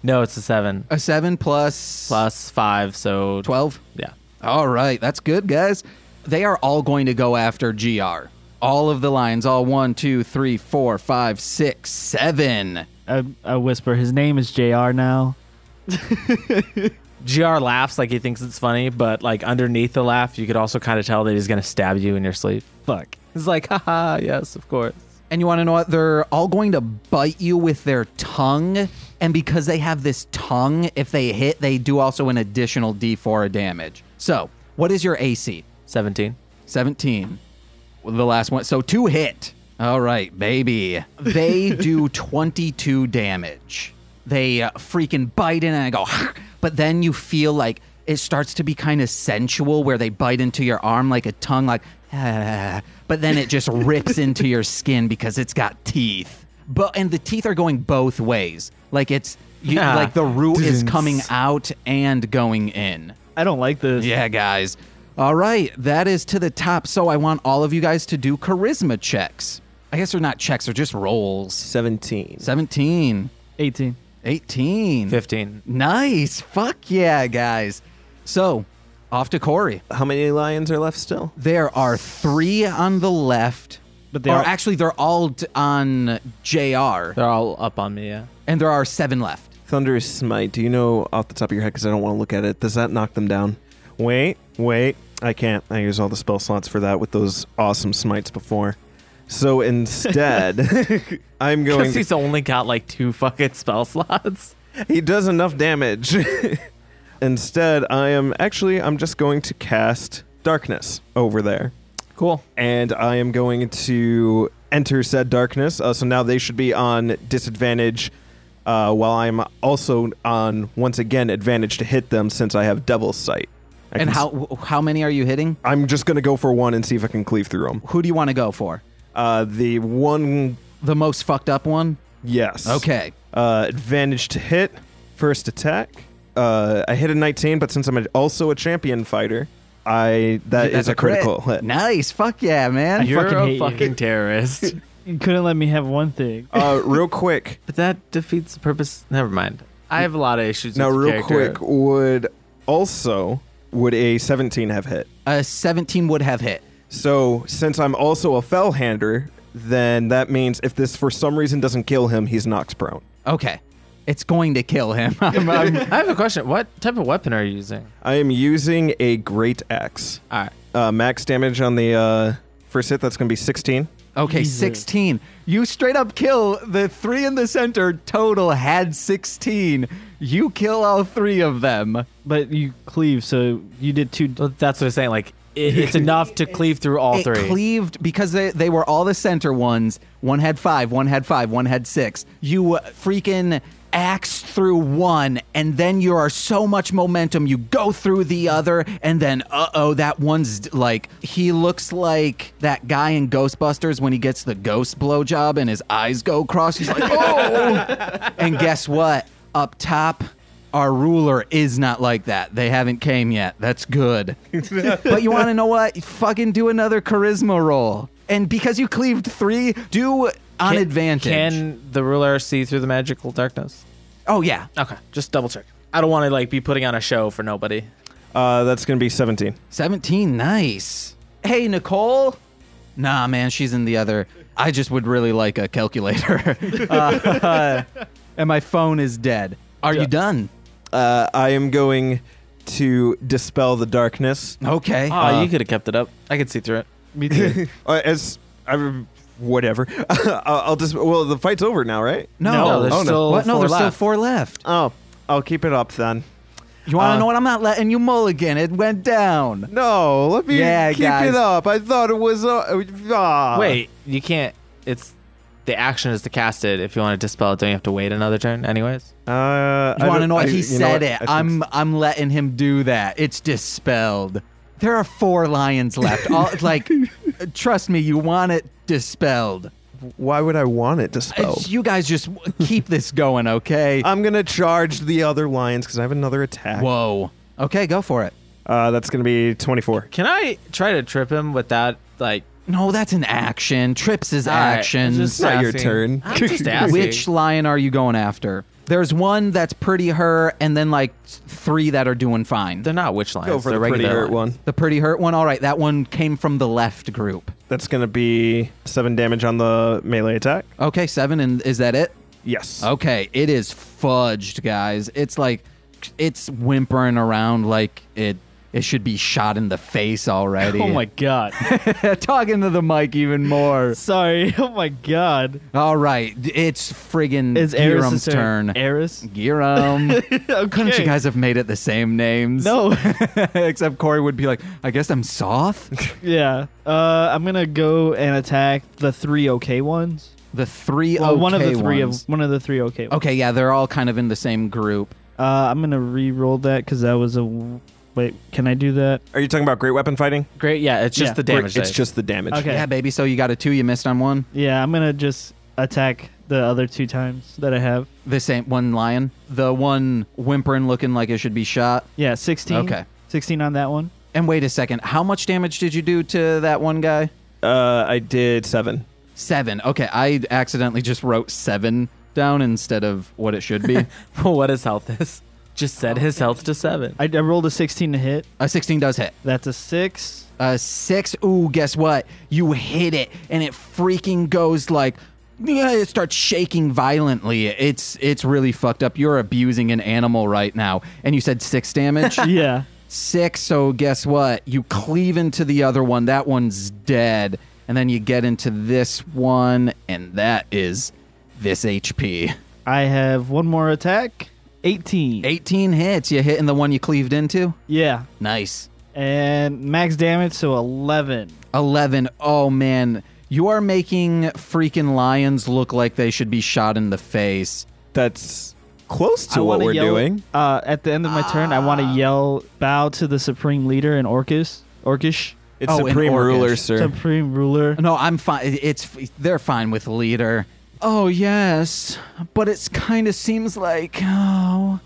Speaker 3: No, it's a 7.
Speaker 1: A seven plus
Speaker 3: Plus 5, so
Speaker 1: 12.
Speaker 3: Yeah.
Speaker 1: All right, that's good, guys. They are all going to go after GR. All of the lions, all one, two, three, four, five, six, seven.
Speaker 2: I, I whisper, his name is JR now.
Speaker 3: GR laughs like he thinks it's funny, but like underneath the laugh, you could also kind of tell that he's going to stab you in your sleep.
Speaker 2: Fuck.
Speaker 3: He's like, haha, yes, of course.
Speaker 1: And you want to know what? They're all going to bite you with their tongue. And because they have this tongue, if they hit, they do also an additional d4 of damage. So, what is your AC?
Speaker 3: 17.
Speaker 1: 17. The last one. So, two hit. All right, baby. They do 22 damage. They uh, freaking bite in and I go, but then you feel like it starts to be kind of sensual where they bite into your arm like a tongue, like, "Ah." but then it just rips into your skin because it's got teeth. But and the teeth are going both ways. Like it's you,
Speaker 3: Yeah.
Speaker 1: like the root is
Speaker 4: Didn't.
Speaker 1: coming out and going in.
Speaker 2: I don't like this.
Speaker 1: Yeah, guys. All right, that is to the top. So I want all of you guys to do charisma checks. I guess they're not checks, they're just rolls.
Speaker 4: 17.
Speaker 1: 17,
Speaker 2: 18.
Speaker 1: 18.
Speaker 3: 15.
Speaker 1: Nice. Fuck yeah, guys. So off to Corey.
Speaker 4: How many lions are left still?
Speaker 1: There are three on the left.
Speaker 2: But they
Speaker 1: or
Speaker 2: are-
Speaker 1: actually, they're all t- on JR,
Speaker 3: They're all up on me, yeah.
Speaker 1: and there are seven left.
Speaker 4: Thunderous Smite, do you know off the top of your head, because I don't want to look at it, does that knock them down? Wait, wait. I can't. I used all the spell slots for that with those awesome smites before. So instead, I'm going.
Speaker 3: Because he's only got like two fucking spell slots.
Speaker 4: he does enough damage. instead, I am actually. I'm just going to cast darkness over there.
Speaker 3: Cool.
Speaker 4: and I am going to enter said darkness. Uh, so now they should be on disadvantage, uh, while I'm also on once again advantage to hit them since I have double sight. I
Speaker 1: and
Speaker 4: can
Speaker 1: how
Speaker 4: s-
Speaker 1: w- how many are you hitting?
Speaker 4: I'm just gonna go for one and see if I can cleave through them.
Speaker 1: Who do you want to go for?
Speaker 4: Uh, the one,
Speaker 1: The most fucked up one.
Speaker 4: yes.
Speaker 1: Okay.
Speaker 4: Uh, advantage to hit, first attack. uh, I hit a 19, but since I'm a, also a champion fighter, I that is
Speaker 1: That's
Speaker 4: a
Speaker 1: crit.
Speaker 4: critical hit.
Speaker 1: Nice. Fuck yeah, man.
Speaker 3: You're
Speaker 2: fucking hate
Speaker 3: a
Speaker 2: you.
Speaker 3: fucking terrorist.
Speaker 2: You couldn't let me have one thing.
Speaker 4: Uh, real quick,
Speaker 3: But that defeats the purpose. Never mind. I have a lot of issues.
Speaker 4: now
Speaker 3: with the
Speaker 4: real
Speaker 3: character.
Speaker 4: quick, would also would a 17 have hit?
Speaker 1: A 17 Uh, would have hit.
Speaker 4: So since I'm also a fell hander, then that means if this for some reason doesn't kill him, he's knocks prone.
Speaker 1: Okay. It's going to kill him. I'm-
Speaker 3: Um,
Speaker 1: I'm-
Speaker 3: I have a question. What type of weapon are you using?
Speaker 4: I am using a great axe.
Speaker 3: All right.
Speaker 4: Uh, max damage on the uh, first hit. That's gonna be 16.
Speaker 1: okay, 16. You straight up kill the three in the center, total had 16. You kill all three of them.
Speaker 2: But you cleave, so you did two.
Speaker 3: Well, that's what I'm saying. Like it, it's enough to cleave through all
Speaker 1: it
Speaker 3: three.
Speaker 1: cleaved because they, they were all the center ones. One had five, one had five, one had six. You uh, freaking axe through one, and then you are so much momentum. You go through the other, and then uh oh, that one's d- like he looks like that guy in Ghostbusters when he gets the ghost blowjob and his eyes go across. He's like, oh, and guess what? Up top. Our ruler is not like that. They haven't came yet. That's good but you want to know what? Fucking do another charisma roll. And because you cleaved three, do on
Speaker 3: Can-
Speaker 1: advantage.
Speaker 3: Can the ruler see through the magical darkness?
Speaker 1: oh, yeah.
Speaker 3: Okay, just double check. I don't want to like be putting on a show for nobody.
Speaker 4: Uh, that's gonna be 17.
Speaker 1: 17. Nice. Hey, Nicole. Nah, man, she's in the other. I just would really like a calculator. Uh, and my phone is dead. Are you done?
Speaker 4: Uh, I am going to dispel the darkness.
Speaker 1: Okay. Uh,
Speaker 3: Oh, you could have kept it up. I could see through it.
Speaker 2: Me too.
Speaker 4: Uh, as I, whatever. I'll I'll just. Well, the fight's over now, right?
Speaker 3: no,
Speaker 1: no.
Speaker 3: there's
Speaker 1: oh,
Speaker 3: still
Speaker 1: what? No,
Speaker 3: four
Speaker 1: there's still
Speaker 3: left.
Speaker 1: four left.
Speaker 4: Oh, I'll keep it up then.
Speaker 1: You want to
Speaker 4: Uh,
Speaker 1: know what? I'm not letting you mulligan. It went down.
Speaker 4: No, let me
Speaker 1: Yeah,
Speaker 4: keep
Speaker 1: guys.
Speaker 4: it up. I thought it was. Uh, ah.
Speaker 3: Wait, you can't. It's the action is to cast it. If you want to dispel it, don't you have to wait another turn, anyways?
Speaker 4: Uh,
Speaker 1: You want to know what he said?
Speaker 4: I
Speaker 1: it.
Speaker 4: think
Speaker 1: I'm I'm letting him do that. It's dispelled. There are four lions left. All, like, trust me, you want it dispelled.
Speaker 4: Why would I want it
Speaker 1: It's-
Speaker 4: dispelled?
Speaker 1: You guys just w- keep this going, okay?
Speaker 4: I'm gonna charge the other lions because I have another attack.
Speaker 1: Whoa. Okay, go for it.
Speaker 4: Uh, that's gonna be 24.
Speaker 3: Can I try to trip him without like?
Speaker 1: No, that's an action. Trips is
Speaker 3: All right,
Speaker 1: action.
Speaker 3: just-
Speaker 4: It's not your
Speaker 3: Sassy.
Speaker 4: turn.
Speaker 3: I'm just asking.
Speaker 1: Which lion are you going after? There's one that's pretty her, and then like s- three that are doing fine.
Speaker 3: They're not witch lions.
Speaker 4: Go for
Speaker 3: they're
Speaker 4: the pretty
Speaker 3: regular
Speaker 4: hurt
Speaker 3: lions.
Speaker 4: one.
Speaker 1: The pretty hurt one. All right, that one came from the left group.
Speaker 4: That's gonna be seven damage on the melee attack.
Speaker 1: Okay, seven, and is that it?
Speaker 4: Yes.
Speaker 2: Oh.
Speaker 1: Okay, it is fudged, guys. It's like it's whimpering around like it it should be shot in the face already.
Speaker 2: oh my god.
Speaker 1: talking to the mic even more.
Speaker 2: Sorry. Oh my god.
Speaker 1: All right, it's friggin' Giram's
Speaker 2: It's Eris's
Speaker 1: turn.
Speaker 2: turn. Eris.
Speaker 1: Giram. Couldn't you
Speaker 2: Okay.
Speaker 1: guys have made it the same names?
Speaker 2: No.
Speaker 1: Except Corey would be like, I guess I'm Soth.
Speaker 2: yeah. Uh, I'm gonna go and attack the three okay ones.
Speaker 1: The three
Speaker 2: Well, one of the
Speaker 1: okay
Speaker 2: three
Speaker 1: ones.
Speaker 2: of one of the three okay. Ones.
Speaker 1: Okay, yeah, they're all kind of in the same group.
Speaker 2: Uh, I'm gonna re-roll that because that was a. w- Wait, can I do that?
Speaker 4: Are you talking about great weapon fighting?
Speaker 3: Great. Yeah, it's just
Speaker 2: Yeah.
Speaker 3: the damage.
Speaker 4: It's
Speaker 3: dice.
Speaker 4: just the damage.
Speaker 2: Okay.
Speaker 1: Yeah, baby, so you got a two, you missed on one.
Speaker 2: Yeah, I'm gonna just attack the other two times that I have.
Speaker 1: The same one lion. The one whimpering looking like it should be shot.
Speaker 2: Yeah, 16.
Speaker 1: Okay.
Speaker 2: 16 on that one.
Speaker 1: And wait a second, how much damage did you do to that one guy?
Speaker 4: Uh, I did seven.
Speaker 1: Seven. Okay, I accidentally just wrote seven down instead of what it should be.
Speaker 3: Well, what his health is. Just set his health to seven.
Speaker 2: I, I rolled a 16 to hit.
Speaker 1: a 16 does hit.
Speaker 2: That's a six.
Speaker 1: A six, ooh, guess what? You hit it and it freaking goes like. yeah, It starts shaking violently. It's it's really fucked up. You're abusing an animal right now. And you said six damage?
Speaker 2: yeah.
Speaker 1: six. So guess what? You cleave into the other one. That one's dead. And then you get into this one, and that is this HP.
Speaker 2: I have one more attack. 18.
Speaker 1: 18 hits. You hitting the one you cleaved into?
Speaker 2: Yeah.
Speaker 1: Nice.
Speaker 2: And max damage, so 11.
Speaker 1: 11. Oh, man. You are making freaking lions look like they should be shot in the face.
Speaker 4: That's close
Speaker 2: I
Speaker 4: to what
Speaker 2: wanna
Speaker 4: we're
Speaker 2: yell-
Speaker 4: doing.
Speaker 2: Uh, at the end of my turn, I want to yell bow to the supreme leader in Orcish. Orcish.
Speaker 4: It's
Speaker 1: Oh, in
Speaker 4: supreme
Speaker 1: Orcish.
Speaker 4: ruler, sir.
Speaker 2: Supreme ruler.
Speaker 1: No, I'm fine. It's they're fine with leader. Oh yes, but it's kind of seems like oh,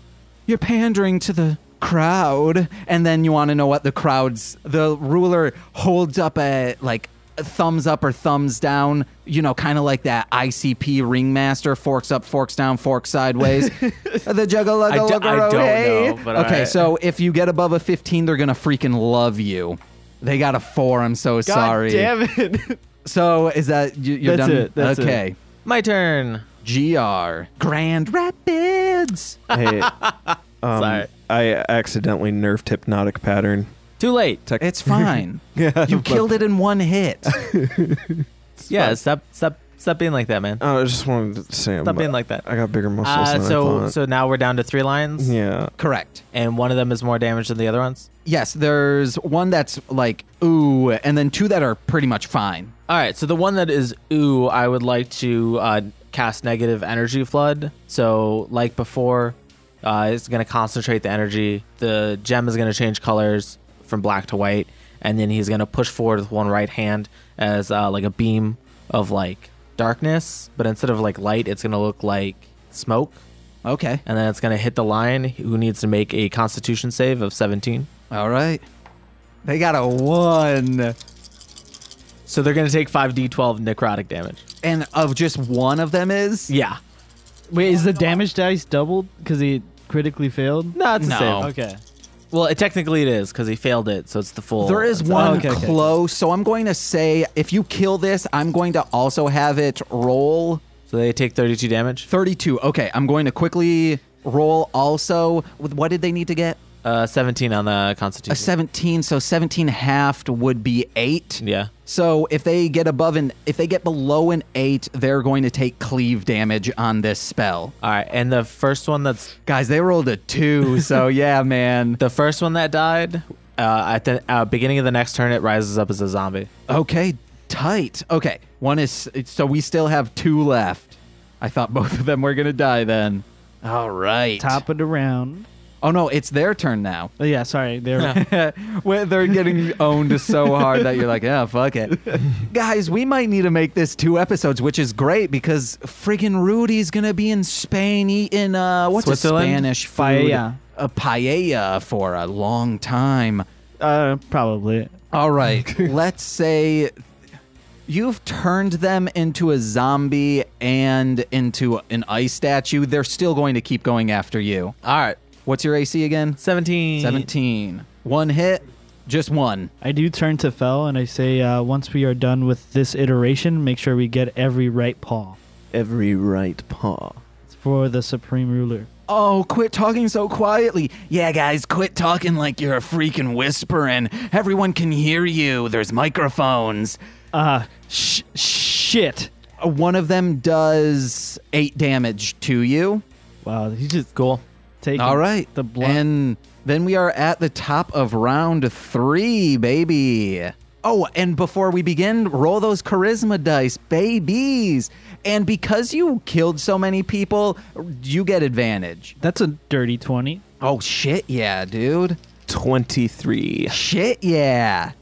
Speaker 1: you're pandering to the crowd and then you want to know what the crowd's the ruler holds up a like a thumbs up or thumbs down you know kind of like that icp ringmaster forks up forks down forks sideways the juggalo
Speaker 3: I do- I don't know, but
Speaker 1: okay
Speaker 3: I-
Speaker 1: so if you get above a 15 they're gonna freaking love you they got a four i'm so
Speaker 2: God
Speaker 1: sorry
Speaker 2: damn it.
Speaker 1: so is that you, you're
Speaker 2: That's
Speaker 1: done
Speaker 2: it, that's it.
Speaker 1: okay
Speaker 3: My turn.
Speaker 1: gr grand rapids
Speaker 4: Hey, um,
Speaker 3: Sorry.
Speaker 4: I accidentally nerfed hypnotic pattern.
Speaker 3: Too late.
Speaker 4: Tech-
Speaker 1: it's fine
Speaker 4: yeah,
Speaker 1: you killed it in one hit
Speaker 3: yeah, stop, stop, stop being like that, man.
Speaker 4: I just wanted to say,
Speaker 3: Stop being like that.
Speaker 4: I got bigger muscles
Speaker 3: Uh,
Speaker 4: than I
Speaker 3: so,
Speaker 4: thought.
Speaker 3: so now we're down to three lines,
Speaker 4: yeah,
Speaker 1: correct
Speaker 3: and one of them is more damage than the other ones.
Speaker 1: Yes, there's one that's like ooh, and then two that are pretty much fine.
Speaker 3: All right, so the one that is ooh, I would like to uh, cast negative energy flood. So like before, uh, it's gonna concentrate the energy. The gem is gonna change colors from black to white, and then he's gonna push forward with one right hand as uh, like a beam of like darkness, but instead of like light, it's gonna look like smoke,
Speaker 1: Okay,
Speaker 3: and then it's gonna hit the lion who needs to make a Constitution save of 17.
Speaker 1: all right. They got a one,
Speaker 3: So they're gonna take 5d12 necrotic damage.
Speaker 1: and of just one of them is
Speaker 3: Yeah,
Speaker 2: Wait, is the damage dice doubled because he critically failed?
Speaker 3: no, it's a
Speaker 1: No.
Speaker 3: save.
Speaker 2: Okay.
Speaker 3: Well, it, technically it is because he failed it, so it's the full.
Speaker 1: there is
Speaker 3: it's-
Speaker 1: one
Speaker 2: Oh, okay, okay.
Speaker 1: close. So I'm going to say if you kill this, I'm going to also have it roll
Speaker 3: So they take thirty-two damage.
Speaker 1: 32. Okay, I'm going to quickly roll also. With what did they need to get?
Speaker 3: Uh, seventeen on the Constitution.
Speaker 1: A 17. So 17 halved would be eight.
Speaker 3: Yeah.
Speaker 1: So if they get above an if they get below an eight, they're going to take cleave damage on this spell.
Speaker 3: All right, and the first one that's
Speaker 1: Guys, they rolled a two, so yeah, man.
Speaker 3: the first one that died. Uh, at the uh, beginning of the next turn, it rises up as a zombie.
Speaker 1: Okay, tight. Okay, one is so we still have two left. I thought both of them were gonna die then. All right.
Speaker 2: Top of the round.
Speaker 1: Oh no, it's their turn now.
Speaker 2: Oh, yeah, sorry. There.
Speaker 1: Where they're getting owned so hard that you're like, yeah, fuck it. Guys, we might need to make this two episodes, which is great because friggin' Rudy's gonna be in Spain eating uh what's a
Speaker 3: Switzerland?
Speaker 1: Spanish food?
Speaker 2: Paella.
Speaker 1: A paella for a long time.
Speaker 2: Uh, probably.
Speaker 1: All right, let's say you've turned them into a zombie and into an ice statue. They're still going to keep going after you.
Speaker 3: All right,
Speaker 1: What's your AC again?
Speaker 3: seventeen.
Speaker 1: 17. One hit, just one.
Speaker 2: I do turn to Fell and I say, uh, once we are done with this iteration, make sure we get every right paw.
Speaker 4: every right paw.
Speaker 2: It's for the supreme ruler.
Speaker 1: Oh, quit talking so quietly. Yeah, guys, quit talking like you're a freaking whispering. Everyone can hear you. There's microphones.
Speaker 2: Uh, sh- shit.
Speaker 1: Uh, One of them does eight damage to you.
Speaker 2: Wow, he's just
Speaker 3: Cool.
Speaker 2: taking
Speaker 1: All right.
Speaker 2: the blunt.
Speaker 1: And then we are at the top of round three, baby. Oh, and before we begin, roll those charisma dice, babies. And because you killed so many people, you get advantage.
Speaker 2: That's a dirty 20.
Speaker 1: Oh, shit, yeah, dude.
Speaker 4: Twenty-three.
Speaker 1: Shit, yeah.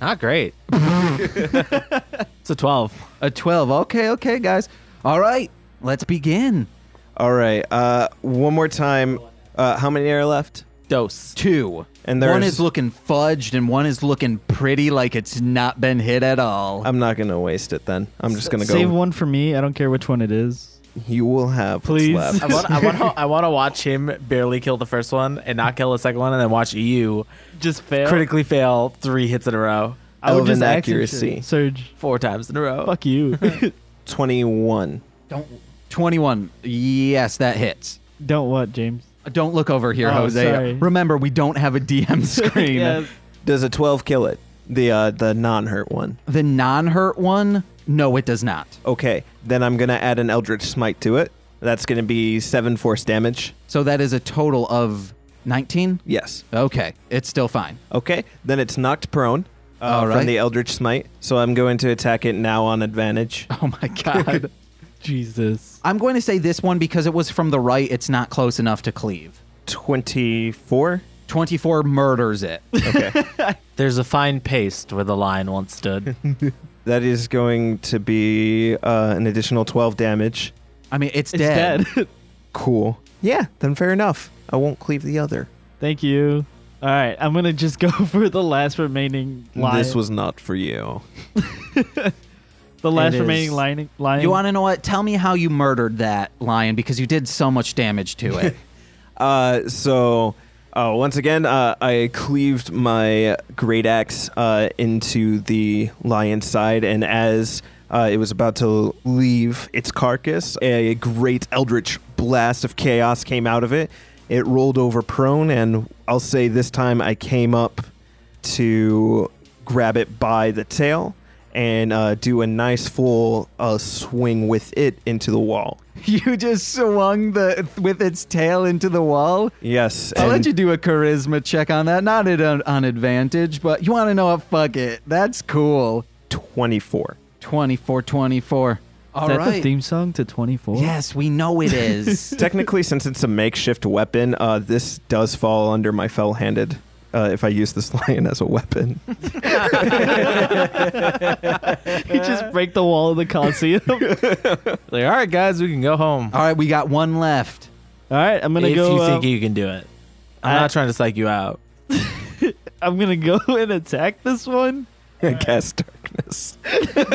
Speaker 3: Not great. it's a twelve.
Speaker 1: A 12. Okay, okay, guys. All right, let's begin.
Speaker 4: All right. Uh, one more time. Uh, how many are left?
Speaker 3: Dose.
Speaker 1: Two.
Speaker 4: And
Speaker 1: one
Speaker 4: there's-
Speaker 1: is looking fudged and one is looking pretty like it's not been hit at all.
Speaker 2: Uh,
Speaker 4: I'm not gonna waste it then. I'm just gonna go.
Speaker 2: Save one for me. I don't care which one it is.
Speaker 4: You will have
Speaker 2: Please.
Speaker 4: what's
Speaker 3: I
Speaker 4: left.
Speaker 3: want. I want. I want to watch him barely kill the first one and not kill the second one, and then watch you
Speaker 2: Just fail.
Speaker 3: critically fail three hits in a row,
Speaker 2: I would
Speaker 4: Elven
Speaker 2: just action
Speaker 4: accuracy.
Speaker 2: shit. Surge.
Speaker 3: four times in a row.
Speaker 2: Fuck you.
Speaker 4: Twenty-one.
Speaker 1: Don't. 21. Yes, that hits.
Speaker 2: don't what, James?
Speaker 1: Don't look over here,
Speaker 2: Oh,
Speaker 1: Jose.
Speaker 2: sorry.
Speaker 1: Remember, we don't have a DM screen.
Speaker 2: Yeah.
Speaker 4: Does a twelve kill it? The uh, the non-hurt one.
Speaker 1: The non hurt one, no, it does not.
Speaker 4: Okay. Then I'm gonna add an eldritch smite to it. That's gonna be seven force damage.
Speaker 1: So that is a total of 19?
Speaker 4: Yes.
Speaker 1: Okay, it's still fine.
Speaker 4: Okay. Then it's knocked prone uh,
Speaker 1: All right.
Speaker 4: from the eldritch smite. So I'm going to attack it now on advantage.
Speaker 1: Oh my God.
Speaker 2: Jesus.
Speaker 1: I'm going to say this one because it was from the right, it's not close enough to cleave.
Speaker 4: Twenty-four.
Speaker 1: 24 murders it.
Speaker 4: Okay.
Speaker 3: There's a fine paste where the lion once stood.
Speaker 4: that is going to be uh, an additional twelve damage.
Speaker 1: I mean, it's
Speaker 2: It's
Speaker 1: dead.
Speaker 2: dead.
Speaker 4: Cool. Yeah, then fair enough. I won't cleave the other.
Speaker 2: Thank you. All right, I'm gonna just go for the last remaining line.
Speaker 4: This was not for you.
Speaker 2: the last
Speaker 1: It
Speaker 2: remaining
Speaker 1: is.
Speaker 2: line. line.
Speaker 1: You want to know what? Tell me how you murdered that lion because you did so much damage to it.
Speaker 4: Uh, so uh, once again, uh, I cleaved my great axe uh, into the lion's side, and as uh, it was about to leave its carcass, a great eldritch blast of chaos came out of it. It rolled over prone, and I'll say this time I came up to grab it by the tail and uh, do a nice full uh, swing with it into the wall.
Speaker 1: you just swung the with its tail into the wall.
Speaker 4: Yes.
Speaker 1: I'll
Speaker 4: and-
Speaker 1: let you do a charisma check on that. Not at an, on advantage, but you want to know what? Fuck it. That's cool.
Speaker 4: 24.
Speaker 1: 24 24.
Speaker 2: Is
Speaker 1: All
Speaker 2: that the
Speaker 1: right.
Speaker 2: theme song to 24?
Speaker 1: Yes, we know it is.
Speaker 4: Technically, since it's a makeshift weapon, uh, this does fall under my fell handed uh, if I use this lion as a weapon.
Speaker 2: you just break the wall of the Coliseum. All
Speaker 3: Like, all right, guys, we can go home.
Speaker 1: All right, we got one left.
Speaker 2: right, I'm gonna
Speaker 3: if
Speaker 2: go.
Speaker 3: you
Speaker 2: uh,
Speaker 3: think you can do it, I'm
Speaker 2: I-
Speaker 3: not trying to psych you out.
Speaker 2: I'm gonna go and attack this one.
Speaker 4: I guess darkness.
Speaker 3: oh,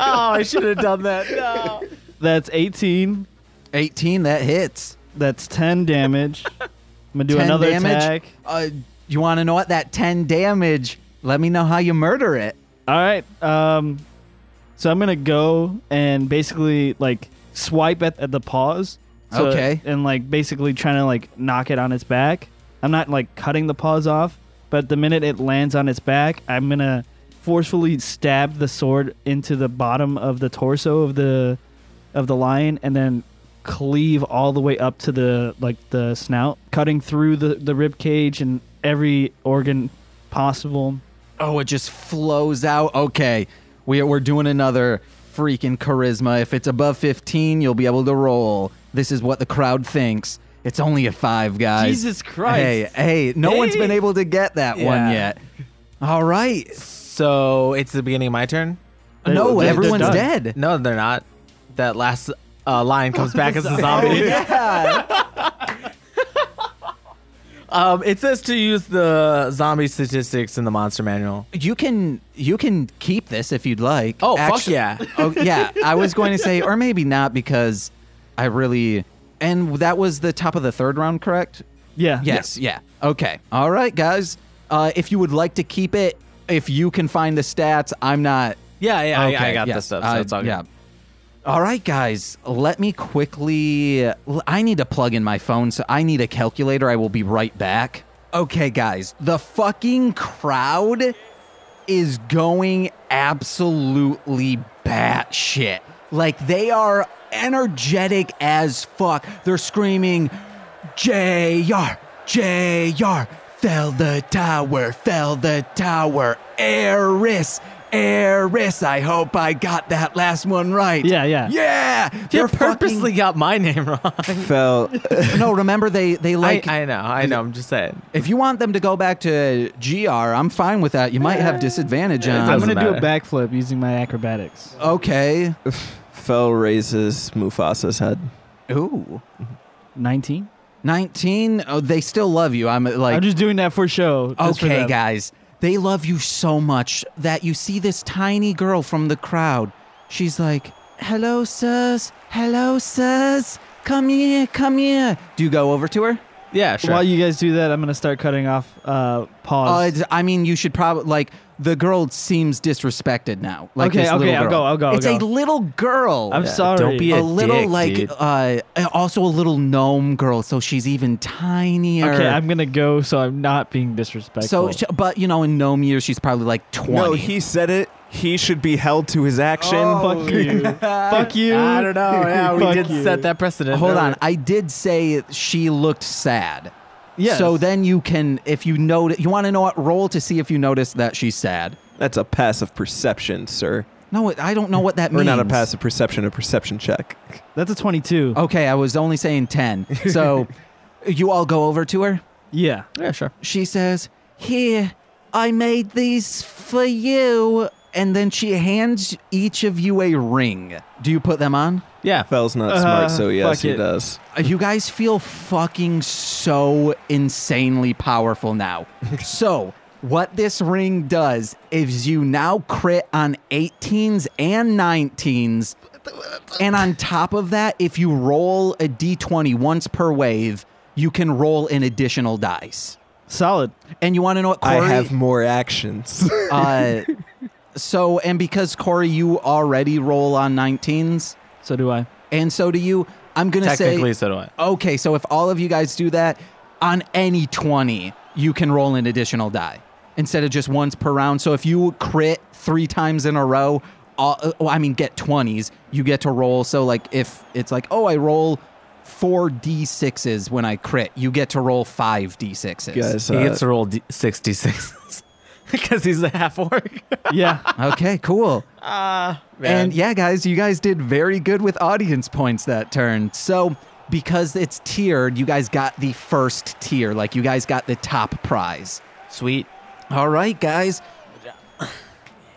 Speaker 3: I should have done that. No.
Speaker 2: That's 18.
Speaker 1: 18, that hits.
Speaker 2: That's 10 damage. I'm gonna do
Speaker 1: 10
Speaker 2: another
Speaker 1: damage?
Speaker 2: attack.
Speaker 1: Uh, you want to know what? That 10 damage. Let me know how you murder it.
Speaker 2: All right. Um, so I'm gonna go and basically like swipe at, at the paws. So-
Speaker 1: Okay.
Speaker 2: And like basically trying to like knock it on its back. I'm not like cutting the paws off, but the minute it lands on its back, I'm gonna forcefully stab the sword into the bottom of the torso of the of the lion and then cleave all the way up to the like the snout, cutting through the the rib cage and every organ possible.
Speaker 1: Oh, it just flows out. Okay. We, we're doing another freaking charisma. If it's above 15, you'll be able to roll. This is what the crowd thinks. It's only a five, guys.
Speaker 2: Jesus Christ.
Speaker 1: Hey, hey, no one's been
Speaker 2: Hey.
Speaker 1: able to get that one
Speaker 3: Yeah.
Speaker 1: yet. All right.
Speaker 3: So it's the beginning of my turn.
Speaker 2: They-
Speaker 1: no,
Speaker 2: they're- they're
Speaker 1: everyone's
Speaker 2: done.
Speaker 1: dead.
Speaker 3: No, they're not. That last uh, lion comes back as a
Speaker 1: Oh,
Speaker 3: zombie.
Speaker 1: yeah.
Speaker 3: Um, it says to use the zombie statistics in the monster manual.
Speaker 1: you can you can keep this if you'd like.
Speaker 3: Oh, fuck
Speaker 1: Actu-
Speaker 3: yeah.
Speaker 1: Oh yeah. I was going to say, or maybe not because I really. And that was the top of the third round, correct?
Speaker 2: Yeah.
Speaker 1: Yes. Yeah. Okay. All right, guys. Uh, if you would like to keep it, if you can find the stats, I'm not.
Speaker 3: Yeah, yeah,
Speaker 1: okay,
Speaker 3: I, I got
Speaker 1: yes,
Speaker 3: this stuff.
Speaker 1: uh,
Speaker 3: So it's all good.
Speaker 1: yeah. All right, guys. Let me quickly. l- I need to plug in my phone, so I need a calculator. I will be right back. Okay, guys. The fucking crowd is going absolutely batshit. Like they are energetic as fuck. They're screaming, JR, JR, fell the tower, fell the tower, Eris, Eris. I hope I got that last one right.
Speaker 2: Yeah, yeah.
Speaker 1: Yeah.
Speaker 3: You
Speaker 1: They're
Speaker 3: purposely got my name wrong.
Speaker 4: fell.
Speaker 1: fucking- No, remember they they like
Speaker 3: I, I know, I know. I'm just saying.
Speaker 1: if you want them to go back to GR, I'm fine with that. You might have disadvantage on.
Speaker 2: I'm
Speaker 3: Doesn't
Speaker 2: gonna do a
Speaker 3: matter.
Speaker 2: backflip using my acrobatics.
Speaker 1: Okay.
Speaker 4: fell raises Mufasa's head.
Speaker 1: Ooh.
Speaker 2: Nineteen.
Speaker 1: 19 oh, they still love you i'm uh, like
Speaker 2: I'm just doing that for show. just for
Speaker 1: okay
Speaker 2: them.
Speaker 1: guys they love you so much that you see this tiny girl from the crowd she's like hello sirs hello sirs come here come here do you go over to her
Speaker 3: Yeah, sure.
Speaker 2: While you guys do that, I'm gonna start cutting off
Speaker 3: Oh,
Speaker 2: uh,
Speaker 1: uh,
Speaker 2: paws.
Speaker 1: it's- i mean you should probably like the girl seems disrespected now like
Speaker 2: Okay,
Speaker 1: this
Speaker 2: okay,
Speaker 1: little
Speaker 2: I'll
Speaker 1: girl.
Speaker 2: go, I'll go, I'll
Speaker 1: it's a
Speaker 2: go.
Speaker 1: little girl
Speaker 2: I'm sorry.
Speaker 3: don't be
Speaker 1: a
Speaker 3: a
Speaker 1: little
Speaker 3: dick,
Speaker 1: like
Speaker 3: dude.
Speaker 1: uh also a little gnome girl so she's even tinier
Speaker 2: okay, I'm gonna go, so I'm not being
Speaker 1: So,
Speaker 2: disrespectful.
Speaker 1: sh- but you know, in gnome years, she's probably like twenty.
Speaker 4: No, he said it. He should be held to his action.
Speaker 2: fuck you.
Speaker 4: uh,
Speaker 2: fuck you.
Speaker 3: Oh, I don't know. Yeah, we
Speaker 2: Fuck
Speaker 3: did
Speaker 2: you.
Speaker 3: set that precedent.
Speaker 1: Hold
Speaker 3: earlier.
Speaker 1: on, I did say she looked sad.
Speaker 2: Yes.
Speaker 1: So then you can, if you notice, you want to know what roll to see if you notice that she's sad.
Speaker 4: That's a passive perception, sir.
Speaker 1: No, I don't know what that
Speaker 4: Or
Speaker 1: means.
Speaker 4: not a passive perception, a perception check.
Speaker 2: That's a 22.
Speaker 3: Oh.
Speaker 1: Okay, I was only saying ten. So, you all go over to her.
Speaker 2: Yeah.
Speaker 3: Yeah, sure.
Speaker 1: She says, "Here, I made these for you. and then she hands each of you a ring. Do you put them on?
Speaker 3: Yeah.
Speaker 4: Fell's not
Speaker 2: Uh,
Speaker 4: smart, so yes,
Speaker 2: fuck
Speaker 4: he
Speaker 2: it.
Speaker 4: does.
Speaker 1: Uh, You guys feel fucking so insanely powerful now. so, what this ring does is you now crit on 18s and 19s. And on top of that, if you roll a d20 once per wave, you can roll an additional dice.
Speaker 2: Solid.
Speaker 1: And you want to know what Corey?
Speaker 4: I have more actions.
Speaker 1: uh, so, and because Corey, you already roll on 19s,
Speaker 2: So do I.
Speaker 1: and so do you, I'm going to say.
Speaker 3: Technically, so do I.
Speaker 1: Okay, so if all of you guys do that on any 20, you can roll an additional die instead of just once per round. So if you crit three times in a row, all, uh, well, I mean, get 20s, you get to roll. So, like, if it's like, oh, I roll four d6s when I crit, you get to roll five d6s.
Speaker 4: Guys,
Speaker 3: he
Speaker 4: uh,
Speaker 3: gets to roll d- 66 because he's a half orc.
Speaker 2: Yeah.
Speaker 1: Okay, cool.
Speaker 3: Ah,
Speaker 1: And yeah, guys, you guys did very good with audience points that turn. So, because it's tiered, you guys got the first tier. Like, you guys got the top prize.
Speaker 3: sweet.
Speaker 1: All right, guys.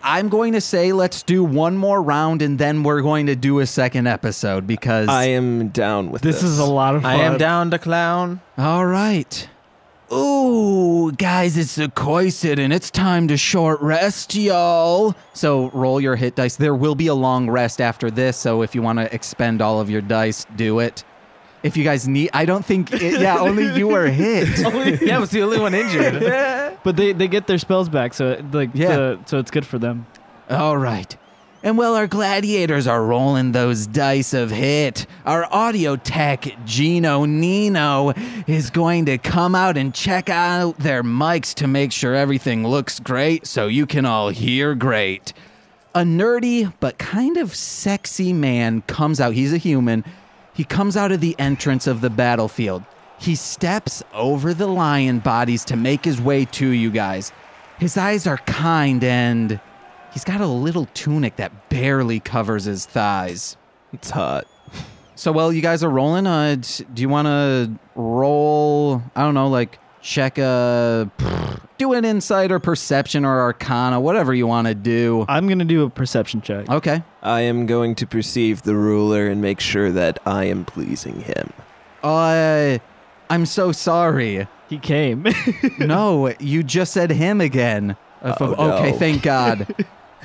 Speaker 1: I'm going to say let's do one more round and then we're going to do a second episode because.
Speaker 4: I am down with this.
Speaker 2: This is a lot of fun.
Speaker 3: I am down to clown.
Speaker 1: All right. Ooh, guys, it's a Koisid and it's time to short rest, y'all. So roll your hit dice. There will be a long rest after this, so if you want to expend all of your dice, do it. If you guys need, I don't think, it, yeah, only you were hit.
Speaker 3: yeah, I was the only one injured.
Speaker 2: But they, they get their spells back, so it- like
Speaker 1: Yeah.
Speaker 2: the- so it's good for them.
Speaker 1: All right. And while our gladiators are rolling those dice of hit, our audio tech Gino Nino is going to come out and check out their mics to make sure everything looks great so you can all hear great. A nerdy but kind of sexy man comes out. He's a human. He comes out of the entrance of the battlefield. He steps over the lion bodies to make his way to you guys. His eyes are kind and He's got a little tunic that barely covers his thighs.
Speaker 4: It's hot.
Speaker 1: So while you guys are rolling, uh, d- do you want to roll? I don't know, like check a do an insight or perception or arcana, whatever you want to do.
Speaker 2: I'm gonna do a perception check.
Speaker 3: Uh.
Speaker 1: Okay,
Speaker 4: I am going to perceive the ruler and make sure that I am pleasing him.
Speaker 1: uh, I'm so sorry.
Speaker 2: He came.
Speaker 1: no, you just said him again. Uh,
Speaker 4: Oh,
Speaker 1: f- okay,
Speaker 4: no.
Speaker 1: thank God.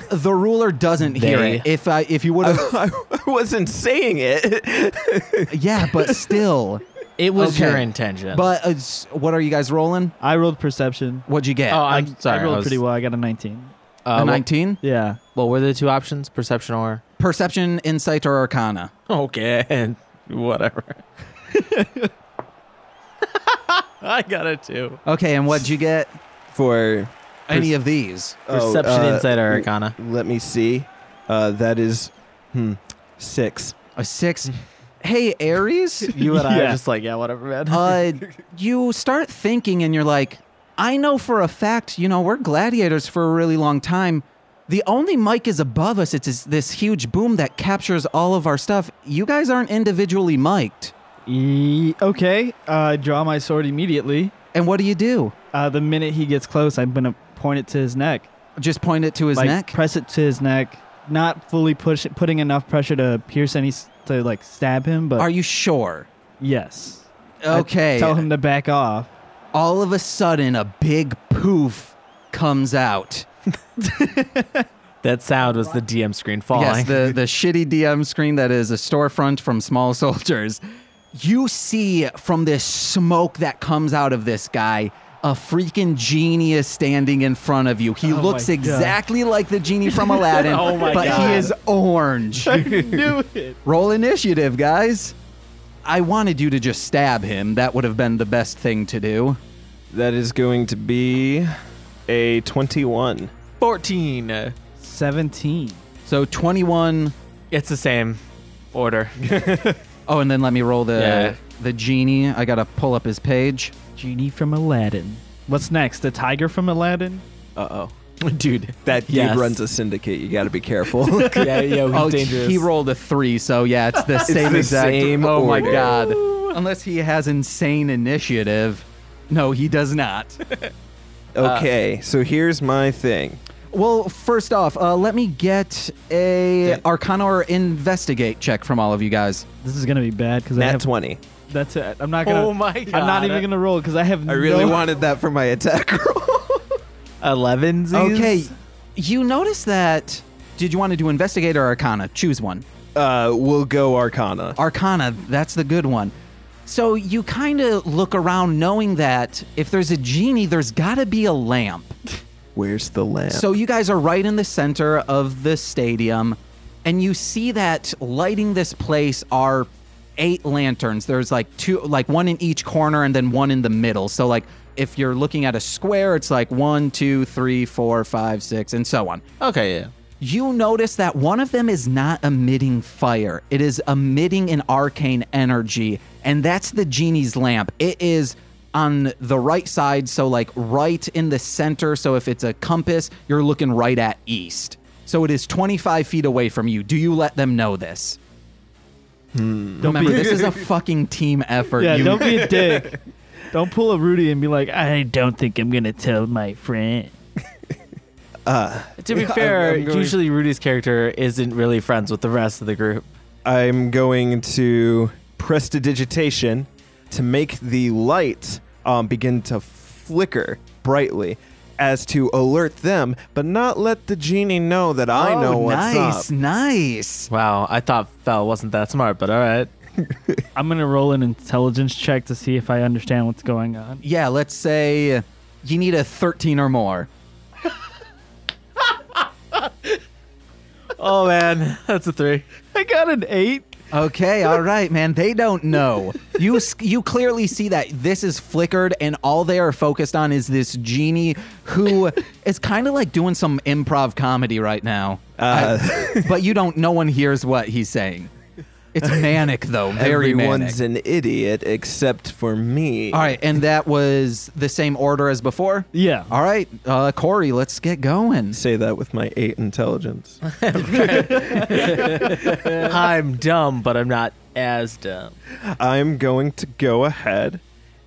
Speaker 1: the ruler doesn't hear
Speaker 3: They-
Speaker 1: it. If I, if you would have,
Speaker 4: I wasn't saying it.
Speaker 1: yeah, but still.
Speaker 3: It was
Speaker 1: Okay.
Speaker 3: your intention.
Speaker 1: But uh, s- what are you guys rolling?
Speaker 2: I rolled perception.
Speaker 1: What'd you get?
Speaker 4: Uh,
Speaker 3: oh, I'm
Speaker 2: I-
Speaker 3: sorry.
Speaker 2: I rolled
Speaker 3: was-
Speaker 2: pretty well. I got a 19.
Speaker 3: uh,
Speaker 1: a
Speaker 3: what-
Speaker 1: 19.
Speaker 2: Yeah.
Speaker 3: What were the two options? Perception or?
Speaker 1: Perception, insight, or arcana.
Speaker 3: Okay, and whatever. I got it too.
Speaker 1: Okay, and what'd you get?
Speaker 4: For
Speaker 1: Any of these?
Speaker 4: oh,
Speaker 3: Perception,
Speaker 4: uh,
Speaker 3: insight, or arcana.
Speaker 4: Let me see. Uh, that is hmm, six.
Speaker 1: A six. Hey, Aries.
Speaker 3: You and I
Speaker 2: Yeah.
Speaker 3: are just like, yeah, whatever, man.
Speaker 1: Uh, you start thinking, and you're like, I know for a fact. You know, we're gladiators for a really long time. The only mic is above us. It's this- this huge boom that captures all of our stuff. You guys aren't individually mic'd.
Speaker 2: E- okay. Uh, draw my sword immediately.
Speaker 1: And what do you do?
Speaker 2: Uh, the minute he gets close, I'm gonna point it to his neck.
Speaker 1: Just point it to his
Speaker 2: like,
Speaker 1: neck.
Speaker 2: Press it to his neck. Not fully push, putting enough pressure to pierce any s- to like stab him, but
Speaker 1: Are you sure?
Speaker 2: yes. I
Speaker 1: Okay.
Speaker 2: tell him to back off.
Speaker 1: all of a sudden, a big poof comes out.
Speaker 3: that sound was the DM screen falling.
Speaker 1: Yes, the, the shitty DM screen that is a storefront from Small Soldiers. You see from this smoke that comes out of this guy a freaking genius standing in front of you. He
Speaker 2: Oh
Speaker 1: looks
Speaker 2: my God.
Speaker 1: exactly like the genie from Aladdin,
Speaker 3: Oh my
Speaker 1: but
Speaker 3: God.
Speaker 1: he is orange.
Speaker 2: knew it.
Speaker 1: Roll initiative, guys. I wanted you to just stab him. That would have been the best thing to do.
Speaker 4: That is going to be a twenty-one.
Speaker 3: 14.
Speaker 2: Seventeen.
Speaker 1: So 21.
Speaker 3: It's the same order.
Speaker 1: Oh, and then let me roll the
Speaker 3: Yeah.
Speaker 1: the genie. I got to pull up his page.
Speaker 2: Genie from Aladdin. What's next? The tiger from Aladdin?
Speaker 4: Uh oh.
Speaker 3: Dude,
Speaker 4: That dude
Speaker 3: Yes.
Speaker 4: runs a syndicate. You got to be careful.
Speaker 3: yeah, yeah, he's
Speaker 1: Oh,
Speaker 3: dangerous.
Speaker 1: he rolled a three, so yeah, it's the same
Speaker 4: the
Speaker 1: exact.
Speaker 4: same
Speaker 1: oh my
Speaker 4: order.
Speaker 1: god! Unless he has insane initiative. No, he does not.
Speaker 3: Uh,
Speaker 4: okay, so here's my thing.
Speaker 1: Well, first off, uh, let me get a
Speaker 4: Okay.
Speaker 1: Arcana or Investigate check from all of you guys.
Speaker 2: This is gonna be bad because I
Speaker 4: Nat
Speaker 2: have.
Speaker 4: 20.
Speaker 2: That's it. I'm not gonna.
Speaker 3: Oh my
Speaker 2: I'm not
Speaker 3: God.
Speaker 2: even gonna roll because I have.
Speaker 4: I really
Speaker 2: no-
Speaker 4: wanted that for my attack roll.
Speaker 3: Elevensies.
Speaker 1: Okay, you notice that. Did you want to do Investigate or Arcana? Choose one.
Speaker 4: Uh, we'll go Arcana.
Speaker 1: Arcana, that's the good one. So you kind of look around knowing that if there's a genie, there's got to be a lamp.
Speaker 4: Where's the lamp?
Speaker 1: So you guys are right in the center of the stadium, and you see that lighting this place are eight lanterns. There's like two, like one in each corner, and then one in the middle. So like if you're looking at a square, it's like one, two, three, four, five, six, and so on.
Speaker 3: Okay. Yeah.
Speaker 1: You notice that one of them is not emitting fire. It is emitting an arcane energy, and that's the genie's lamp. It is on the right side, so like right in the center. So if it's a compass, you're looking right at east. So it is 25 feet away from you. Do you let them know this?
Speaker 2: Hmm. Don't
Speaker 1: Remember,
Speaker 2: be,
Speaker 1: this is a fucking team effort.
Speaker 2: yeah.
Speaker 1: you
Speaker 2: Don't be a dick. don't pull a Rudy and be like, I don't think I'm gonna tell my friend.
Speaker 3: To be
Speaker 4: I'm-
Speaker 3: fair,
Speaker 4: I'm going-
Speaker 3: usually Rudy's character isn't really friends with the rest of the group.
Speaker 4: I'm going to prestidigitation to make the light um, begin to flicker brightly as to alert them, but not let the genie know that I know
Speaker 1: Oh,
Speaker 4: what's
Speaker 1: nice,
Speaker 4: up.
Speaker 1: nice.
Speaker 3: Wow, I thought Fel wasn't that smart, but all right.
Speaker 2: I'm gonna roll an intelligence check to see if I understand what's going on.
Speaker 1: Yeah, let's say you need a 13 or more.
Speaker 3: Oh man, that's a three.
Speaker 2: I got an eight.
Speaker 1: Okay, all right, man. They don't know. You s- you clearly see that this is flickered, and all they are focused on is this genie who is kind of like doing some improv comedy right now. I- but you don't. No one hears what he's saying. It's manic though. Very manic.
Speaker 4: Everyone's an idiot except for me.
Speaker 1: all right, and that was the same order as before.
Speaker 2: Yeah.
Speaker 1: All right, uh, Corey, let's get going.
Speaker 4: Say that with my eight intelligence.
Speaker 3: I'm dumb, but I'm not as dumb.
Speaker 4: I'm going to go ahead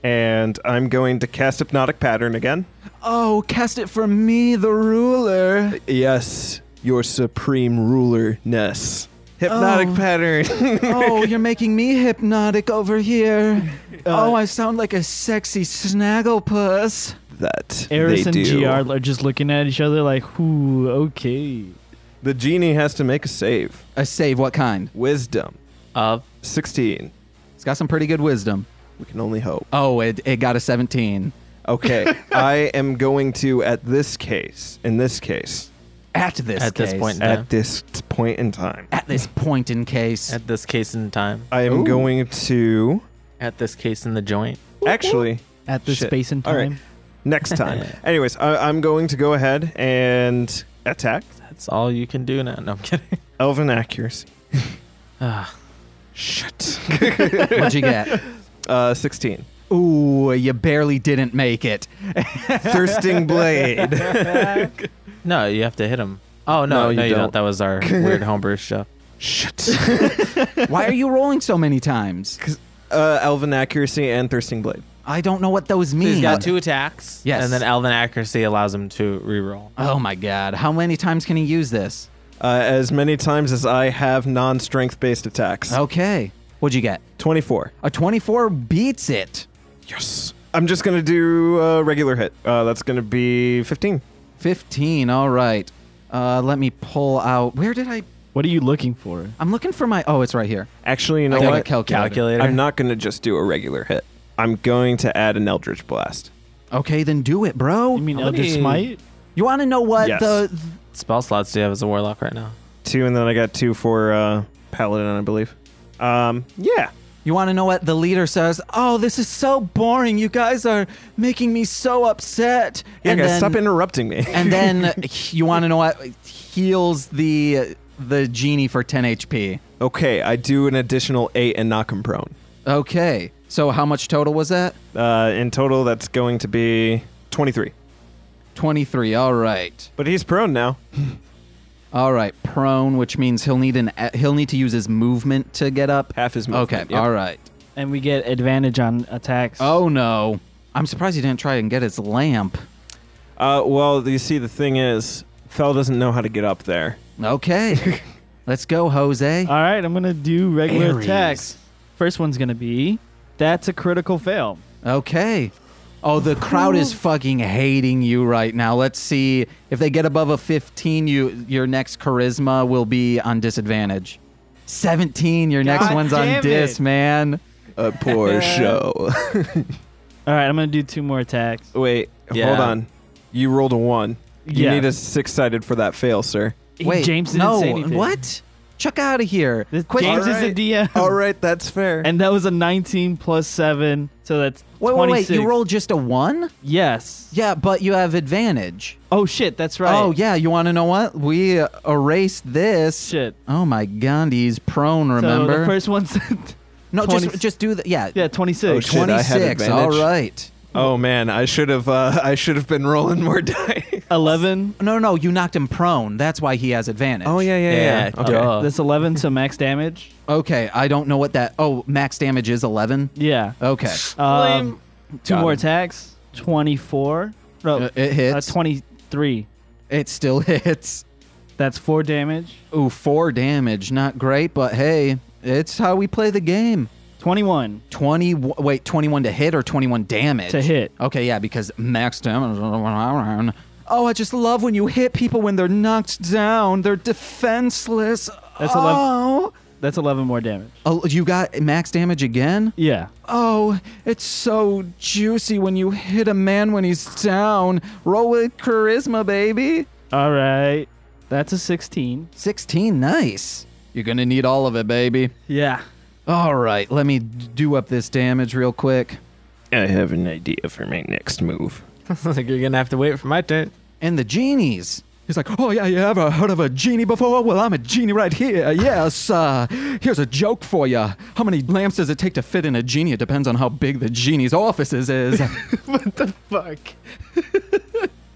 Speaker 4: and I'm going to cast Hypnotic Pattern again.
Speaker 1: Oh, cast it for me, the ruler.
Speaker 4: Yes, your supreme rulerness. Hypnotic
Speaker 1: Oh.
Speaker 4: Pattern.
Speaker 1: oh, you're making me hypnotic over here. oh, I sound like a sexy snagglepuss.
Speaker 4: that
Speaker 2: Eris
Speaker 4: they
Speaker 2: and
Speaker 4: do.
Speaker 2: Gr are just looking at each other like, "Who? Okay."
Speaker 4: The genie has to make a save.
Speaker 1: A save, what kind?
Speaker 4: Wisdom.
Speaker 3: Of
Speaker 4: 16.
Speaker 1: It's got some pretty good wisdom.
Speaker 4: We can only hope.
Speaker 1: Oh, it, it got a 17.
Speaker 4: Okay, I am going to at this case, in this case,
Speaker 1: At this
Speaker 3: At this
Speaker 1: case.
Speaker 3: point. Yeah.
Speaker 4: at this t- point in time,
Speaker 1: At this point in case.
Speaker 3: at this case in time,
Speaker 4: I am
Speaker 1: Ooh.
Speaker 4: going to
Speaker 3: at this case in the joint.
Speaker 4: actually
Speaker 2: At this
Speaker 4: Shit.
Speaker 2: space and
Speaker 4: All
Speaker 2: time.
Speaker 4: right. next time. Anyways, I, I'm going to go ahead and attack
Speaker 3: That's all you can do now. No, I'm kidding.
Speaker 4: elven accuracy.
Speaker 3: Ah,
Speaker 4: Shit.
Speaker 1: What'd you get?
Speaker 4: Uh, 16.
Speaker 1: Ooh, you barely didn't make it.
Speaker 4: Thirsting blade.
Speaker 3: no, you have to hit him. Oh no, no, you, don't. That was our weird homebrew stuff.
Speaker 4: Shit.
Speaker 1: Why are you rolling so many times?
Speaker 4: Uh, elven accuracy and thirsting blade.
Speaker 1: I don't know what those
Speaker 3: So
Speaker 1: mean.
Speaker 3: he's got two attacks.
Speaker 1: Yes.
Speaker 3: and then Elven accuracy allows him to reroll.
Speaker 1: Oh my god, how many times can he use this?
Speaker 4: Uh, as many times as I have non-strength based attacks.
Speaker 1: Okay. What'd you get?
Speaker 4: 24.
Speaker 1: A 24 beats it.
Speaker 4: Yes. I'm just gonna do a regular hit. Uh, that's gonna be 15.
Speaker 1: 15 all right uh let me pull out where did i
Speaker 2: What are you looking for?
Speaker 1: i'm looking for my oh it's right here
Speaker 4: Actually, you
Speaker 1: I
Speaker 4: know
Speaker 1: got a
Speaker 4: what?
Speaker 1: calculator.
Speaker 3: Calculator.
Speaker 4: I'm not gonna just do a regular hit. I'm going to add an eldritch blast.
Speaker 1: okay then do it bro
Speaker 2: You mean
Speaker 3: How
Speaker 2: Elder
Speaker 3: many-
Speaker 2: Smite?
Speaker 1: you want to know what
Speaker 4: Yes.
Speaker 1: the
Speaker 3: spell slots do you have as a warlock right now?
Speaker 4: Two, and then I got two for uh, paladin, I believe. Um, yeah.
Speaker 1: you want to know what the leader says oh this is so boring you guys are making me so upset
Speaker 4: Yeah,
Speaker 1: and
Speaker 4: guys,
Speaker 1: then,
Speaker 4: stop interrupting me.
Speaker 1: and then you want to know what heals the the genie for 10 hp
Speaker 4: okay, I do an additional eight and knock him prone.
Speaker 1: okay so how much total was that
Speaker 4: Uh, in total, that's going to be 23.
Speaker 1: 23 all right
Speaker 4: But he's prone now.
Speaker 1: all right prone which means he'll need an he'll need to use his movement to get up
Speaker 4: Half his movement.
Speaker 1: okay
Speaker 4: yep.
Speaker 1: all right
Speaker 2: And we get advantage on attacks.
Speaker 1: Oh no. I'm surprised he didn't try and get his lamp.
Speaker 4: Uh, well, you see, the thing is,
Speaker 5: Fell doesn't know how to get up there.
Speaker 1: Okay. Let's go, Jose.
Speaker 2: All right, I'm gonna do regular
Speaker 1: Aries.
Speaker 2: attacks. First one's gonna be that's a critical fail.
Speaker 1: Okay. Oh, the crowd is fucking hating you right now. Let's see if they get above a 15, you your next charisma will be on disadvantage. 17, your next
Speaker 2: God
Speaker 1: one's on
Speaker 2: damn
Speaker 1: dis,
Speaker 2: it.
Speaker 1: man.
Speaker 4: A poor show.
Speaker 2: All right, I'm gonna do two more attacks.
Speaker 5: Wait, hold
Speaker 3: Yeah.
Speaker 5: on. You rolled a one. You
Speaker 2: Yeah.
Speaker 5: need a six sided for that fail, sir.
Speaker 2: He-
Speaker 1: Wait,
Speaker 2: James didn't
Speaker 1: no,
Speaker 2: say anything.
Speaker 1: what? Chuck out of here.
Speaker 2: This,
Speaker 1: Quick,
Speaker 2: James
Speaker 4: All
Speaker 2: is
Speaker 4: right.
Speaker 2: a DM,
Speaker 4: All right, that's fair.
Speaker 2: and that was a 19 plus seven, so that's
Speaker 1: wait, wait,
Speaker 2: 26.
Speaker 1: wait. You rolled just a one?
Speaker 2: yes.
Speaker 1: Yeah, but you have advantage.
Speaker 2: Oh shit, that's right.
Speaker 1: Oh, yeah. You want to know what? We uh, erased this.
Speaker 2: shit.
Speaker 1: Oh, my Gandhi's prone,
Speaker 2: So
Speaker 1: remember?
Speaker 2: the first one's
Speaker 1: no,
Speaker 2: 20
Speaker 1: just, just do the. Yeah.
Speaker 2: yeah
Speaker 4: Oh,
Speaker 2: 26.
Speaker 4: shit. I had
Speaker 1: 26. All
Speaker 4: advantage.
Speaker 1: right.
Speaker 5: Oh man, I should have uh, I should have been rolling more dice.
Speaker 2: 11.
Speaker 1: No, no, you knocked him prone. That's why he has advantage.
Speaker 5: Oh yeah, yeah, yeah.
Speaker 3: Yeah,
Speaker 5: Okay.
Speaker 1: Uh.
Speaker 3: duh.
Speaker 2: That's 11 to max damage.
Speaker 1: Okay, I don't know what that. Oh, max damage is 11.
Speaker 2: Yeah.
Speaker 1: Okay.
Speaker 2: Um, two
Speaker 5: Got
Speaker 2: more
Speaker 5: him.
Speaker 2: attacks. 24. No,
Speaker 1: Uh, it
Speaker 2: uh,
Speaker 1: hits.
Speaker 2: 23.
Speaker 1: it still hits.
Speaker 2: That's four damage.
Speaker 1: Ooh, four damage. Not great, but hey, it's how we play the game.
Speaker 2: 21
Speaker 1: 20. Wait, 21 to hit or 21 damage?
Speaker 2: to hit.
Speaker 1: Okay, yeah, because max damage. Oh, I just love when you hit people when they're knocked down. They're defenseless.
Speaker 2: That's 11.
Speaker 1: oh.
Speaker 2: That's 11 more damage.
Speaker 1: Oh, you got max damage again?
Speaker 2: Yeah.
Speaker 1: Oh, it's so juicy when you hit a man when he's down. Roll with charisma, baby.
Speaker 2: All right. That's a 16.
Speaker 1: 16, nice. You're gonna need all of it, baby.
Speaker 2: Yeah.
Speaker 1: All right, let me do up this damage real quick.
Speaker 5: I have an idea for my next move.
Speaker 3: Like, You're gonna have to wait for my turn.
Speaker 1: And the genies. He's like, oh yeah, you ever heard of a genie before? Well, I'm a genie right here. Yes. Uh, here's a joke for you. How many lamps does it take to fit in a genie? It depends on how big the genie's office is. is.
Speaker 5: Fuck.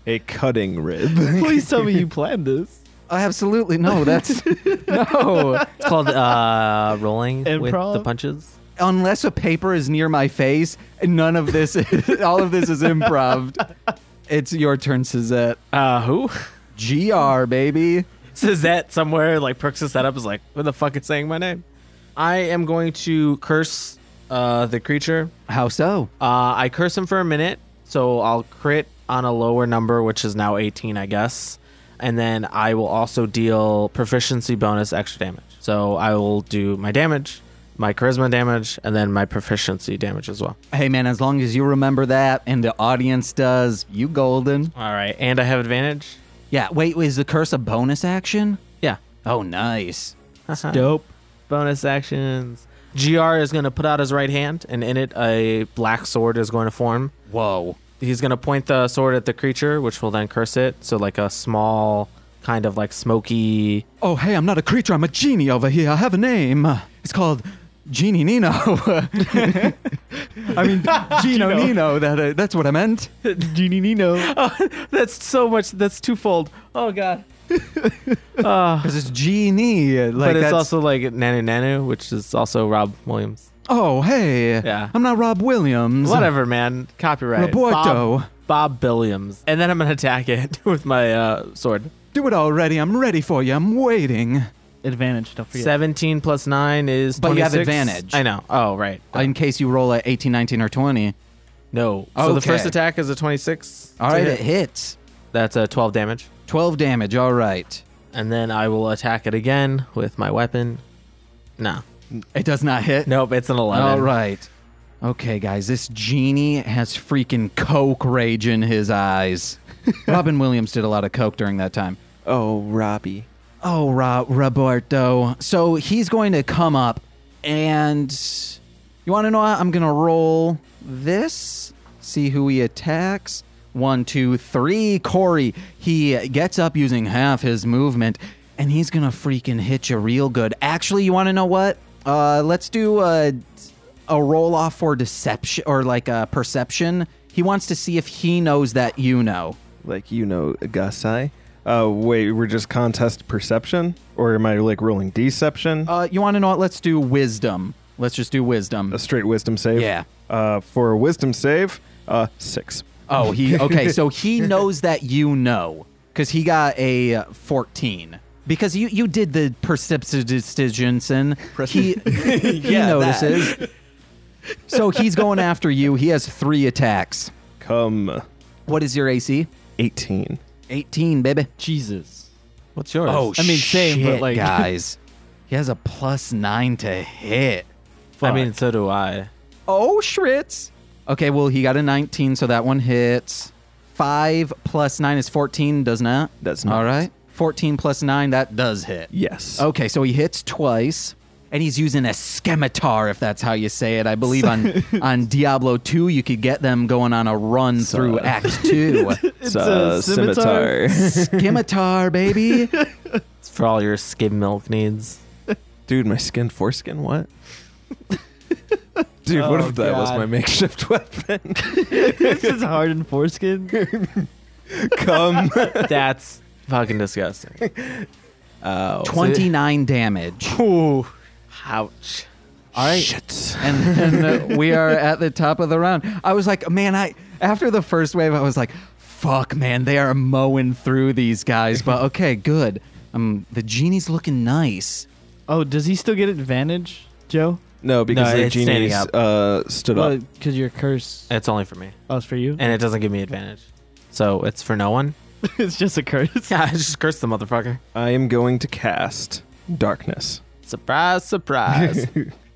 Speaker 5: a cutting rib.
Speaker 2: Please tell me you planned this.
Speaker 1: Absolutely no. That's no.
Speaker 3: It's called uh, rolling with
Speaker 2: Improv?
Speaker 3: the punches.
Speaker 1: unless a paper is near my face, none of this, all of this is improv. It's your turn, Suzette.
Speaker 3: Uh, who?
Speaker 1: GR, baby.
Speaker 3: Suzette somewhere like perks this setup is like, what the fuck is saying my name? I am going to curse uh, the creature.
Speaker 1: How so?
Speaker 3: Uh, I curse him for a minute, so I'll crit on a lower number, which is now 18, I guess. And then I will also deal proficiency bonus extra damage. So I will do my damage, my charisma damage, and then my proficiency damage as well.
Speaker 1: Hey, man, as long as you remember that and the audience does, you golden.
Speaker 3: All right. And I have advantage.
Speaker 1: Yeah, wait, is the curse a bonus action?
Speaker 3: Yeah.
Speaker 1: Oh, nice.
Speaker 2: Dope.
Speaker 3: bonus actions. GR is going to put out his right hand, and in it, a black sword is going to form.
Speaker 1: Whoa.
Speaker 3: He's going to point the sword at the creature, which will then curse it. So, like a small, kind of like smoky.
Speaker 1: Oh, hey, I'm not a creature. I'm a genie over here. I have a name. Uh, It's called Genie Nino. I mean, Gino Nino. That, uh, that's what I meant.
Speaker 2: Genie Nino.
Speaker 3: Oh, That's so much. That's twofold. Oh, God. uh,
Speaker 1: Because it's genie. Like
Speaker 3: but it's
Speaker 1: that's-
Speaker 3: also like Nanu Nanu, which is also Rob Williams.
Speaker 1: Oh, hey.
Speaker 3: Yeah.
Speaker 1: I'm not Rob Williams.
Speaker 3: Whatever, man. Copyright.
Speaker 1: Roberto.
Speaker 3: Bob, Bob Williams. And then I'm going to attack it with my uh, sword.
Speaker 1: Do it already. I'm ready for you. I'm waiting.
Speaker 2: Advantage. Don't forget.
Speaker 3: 17 plus 9 is
Speaker 1: But you have
Speaker 3: 26.
Speaker 1: advantage.
Speaker 3: I know. Oh, right.
Speaker 1: Uh, In case you roll at 18, 19, or 20.
Speaker 3: No. So the
Speaker 1: Okay.
Speaker 3: first attack is a 26.
Speaker 1: All right,
Speaker 3: To
Speaker 1: it
Speaker 3: hit.
Speaker 1: hits.
Speaker 3: That's a 12 damage.
Speaker 1: 12 damage. All right.
Speaker 3: And then I will attack it again with my weapon. No.
Speaker 1: It does not hit.
Speaker 3: Nope, it's an 11.
Speaker 1: All right. Okay, guys, this genie has freaking coke rage in his eyes. Robin Williams did a lot of coke during that time.
Speaker 5: Oh, Robbie.
Speaker 1: Oh, Ra- Roberto. So he's going to come up, and you want to know what? I'm going to roll this, see who he attacks. One, two, three. Corey. He gets up using half his movement, and he's going to freaking hit you real good. Actually, you want to know what? Uh, let's do a, a roll off for deception or like a perception. He wants to see if he knows that you know.
Speaker 5: Like you know, Gasai. Uh, wait, we're just contest perception, or am I like rolling deception?
Speaker 1: Uh, you want to know what? Let's do wisdom. Let's just do wisdom.
Speaker 5: a straight wisdom save.
Speaker 1: Yeah.
Speaker 5: Uh, for a wisdom save, uh, six.
Speaker 1: Oh, he okay. So he knows that you know. because he got a 14. Because you, you did the perceptistigenson. He, he notices. so he's going after you. He has three attacks.
Speaker 4: Come
Speaker 1: What is your AC?
Speaker 4: 18.
Speaker 1: 18, baby.
Speaker 2: Jesus.
Speaker 3: What's yours?
Speaker 1: Oh,
Speaker 2: I mean, same, but,
Speaker 1: shit,
Speaker 2: like-
Speaker 1: guys, he has a plus nine to hit.
Speaker 3: I mean, so do I.
Speaker 1: Oh, Schritz. Okay, well, he got a 19, so that one hits. 5 plus 9 is 14, does not?
Speaker 4: Does not.
Speaker 1: All right. 14 plus 9, that does hit.
Speaker 4: Yes.
Speaker 1: Okay, so he hits twice, and he's using a scimitar, if that's how you say it. I believe on, on Diablo 2, you could get them going on a run through Act 2.
Speaker 4: It's
Speaker 2: a scimitar.
Speaker 1: scimitar, baby.
Speaker 3: It's for all your skim milk needs.
Speaker 4: Dude, my skin foreskin, what? Dude, what
Speaker 2: Oh,
Speaker 4: if that was
Speaker 2: God.
Speaker 4: my makeshift weapon?
Speaker 2: it's just hardened foreskin.
Speaker 4: Come.
Speaker 3: That's fucking disgusting.
Speaker 1: Oh,
Speaker 4: Ow.
Speaker 1: 29 damage.
Speaker 3: Ooh, ouch.
Speaker 1: All right.
Speaker 4: Shit.
Speaker 1: and, and uh, we are at the top of the round. I was like, man, I after the first wave, I was like, fuck, man, they are mowing through these guys. But okay, good. Um, the genie's looking nice.
Speaker 2: Oh, does he still get advantage, Joe?
Speaker 4: No, because
Speaker 3: No,
Speaker 4: the
Speaker 3: it's standing
Speaker 4: genies
Speaker 3: up. Eh.
Speaker 4: uh, stood
Speaker 2: Well,
Speaker 4: up.
Speaker 2: because your curse.
Speaker 3: It's only for me,
Speaker 2: Oh, it's for you.
Speaker 3: and it doesn't give me advantage. So it's for no one.
Speaker 2: it's just a curse.
Speaker 3: Yeah, I just cursed the motherfucker.
Speaker 4: I am going to cast darkness.
Speaker 3: Surprise, surprise.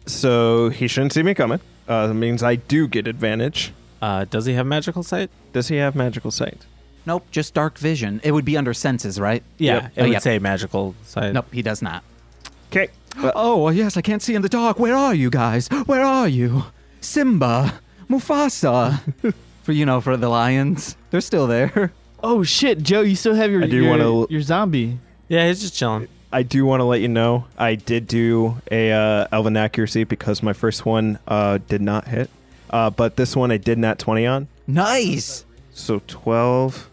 Speaker 4: So he shouldn't see me coming. Uh, that means I do get advantage.
Speaker 3: uh, does he have magical sight?
Speaker 4: Does he have magical sight?
Speaker 1: Nope, just dark vision. It would be under senses, right?
Speaker 3: Yeah,
Speaker 4: Yep.
Speaker 3: it
Speaker 1: Oh,
Speaker 3: would
Speaker 1: yep.
Speaker 3: say magical sight.
Speaker 1: Nope, he does not.
Speaker 4: Okay.
Speaker 1: Oh yes, I can't see in the dark. Where are you guys? Where are you, Simba, Mufasa? for you know, for the lions, they're still there.
Speaker 2: Oh shit, Joe, you still have your
Speaker 4: I do
Speaker 2: your,
Speaker 4: wanna-
Speaker 2: your zombie.
Speaker 3: Yeah, he's just chilling.
Speaker 4: I do want to let you know I did do a uh, Elven accuracy because my first one uh, did not hit, uh, but this one I did not twenty on.
Speaker 1: Nice.
Speaker 4: So twelve,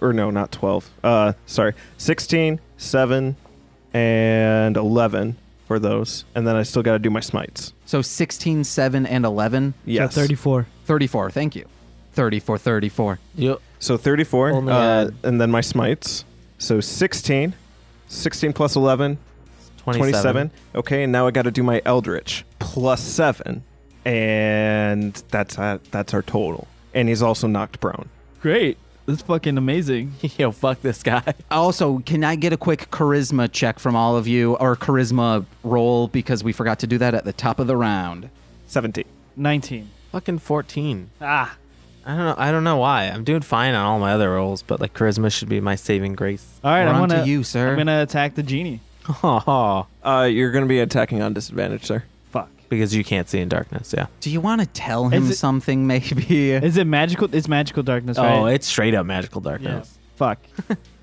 Speaker 4: or no, not twelve. Uh, sorry, 16, 7, and eleven for those, and then I still got to do my smites.
Speaker 1: So 16, 7, and 11.
Speaker 4: Yes.
Speaker 2: So 34.
Speaker 1: 34, thank you. 34, 34.
Speaker 3: You,
Speaker 4: So 34,
Speaker 3: Only
Speaker 4: uh,
Speaker 3: add-
Speaker 4: and then my smites. So 16, 16 plus 11,
Speaker 3: 27.
Speaker 4: 27. Okay, and now I got to do my Eldritch plus 7. And that's uh, that's our total. And he's also knocked prone.
Speaker 2: Great. That's fucking amazing.
Speaker 3: Yo, fuck this guy.
Speaker 1: Also, can I get a quick charisma check from all of you or charisma roll because we forgot to do that at the top of the round?
Speaker 4: 17.
Speaker 2: 19.
Speaker 3: Fucking 14.
Speaker 2: Ah.
Speaker 3: I don't know. I don't know why. I'm doing fine on all my other rolls, but like charisma should be my saving grace.
Speaker 2: All right,
Speaker 1: We're
Speaker 2: I'm
Speaker 1: on to
Speaker 2: gonna
Speaker 1: you, sir.
Speaker 2: I'm gonna attack the genie.
Speaker 3: Oh,
Speaker 4: Uh, you're going to be attacking on disadvantage, sir.
Speaker 2: Fuck.
Speaker 3: because you can't see in darkness. Yeah.
Speaker 1: Do you want to tell him
Speaker 2: Is it-
Speaker 1: something, maybe?
Speaker 2: Is it magical? It's magical darkness,
Speaker 3: oh,
Speaker 2: right?
Speaker 3: it's straight up magical
Speaker 2: yeah.
Speaker 3: darkness.
Speaker 2: Fuck.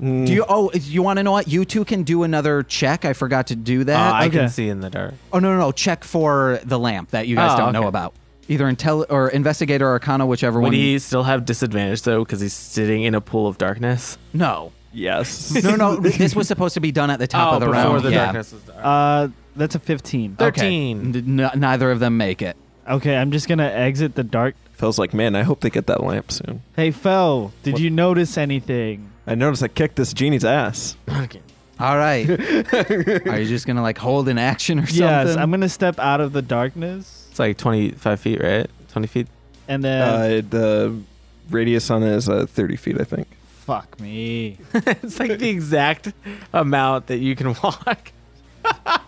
Speaker 1: do you? Oh, you want to know what? You two can do another check. I forgot to do that.
Speaker 3: Uh, I
Speaker 2: okay.
Speaker 3: can see in the dark.
Speaker 1: oh no, no, no! Check for the lamp that you guys
Speaker 3: Oh,
Speaker 1: don't know
Speaker 3: okay.
Speaker 1: about. Either intel or investigator or arcana, whichever
Speaker 3: Would
Speaker 1: one.
Speaker 3: he still have disadvantage though, because he's sitting in a pool of darkness?
Speaker 1: No,
Speaker 4: Yes.
Speaker 1: no, no. this was supposed to be done at the top of Oh, the
Speaker 3: Oh, before
Speaker 1: round.
Speaker 3: the
Speaker 1: yeah.
Speaker 3: darkness is dark.
Speaker 2: Uh, that's a 15.
Speaker 3: Uh,
Speaker 1: Okay.
Speaker 3: 13.
Speaker 1: N- n- neither of them make it.
Speaker 2: Okay, I'm just gonna exit the dark.
Speaker 4: Feels like, man, I hope they get that lamp soon.
Speaker 2: Hey, Fel, did
Speaker 4: What?
Speaker 2: you notice anything?
Speaker 4: I noticed I kicked this genie's ass.
Speaker 1: All right. Are you just gonna like hold an action or something?
Speaker 2: Yes, I'm gonna step out of the darkness
Speaker 3: It's like 25 feet, right? 20 feet.
Speaker 2: and then
Speaker 4: Uh, the radius on it is uh, 30 feet, I think.
Speaker 2: fuck me.
Speaker 3: it's like the exact amount that you can walk.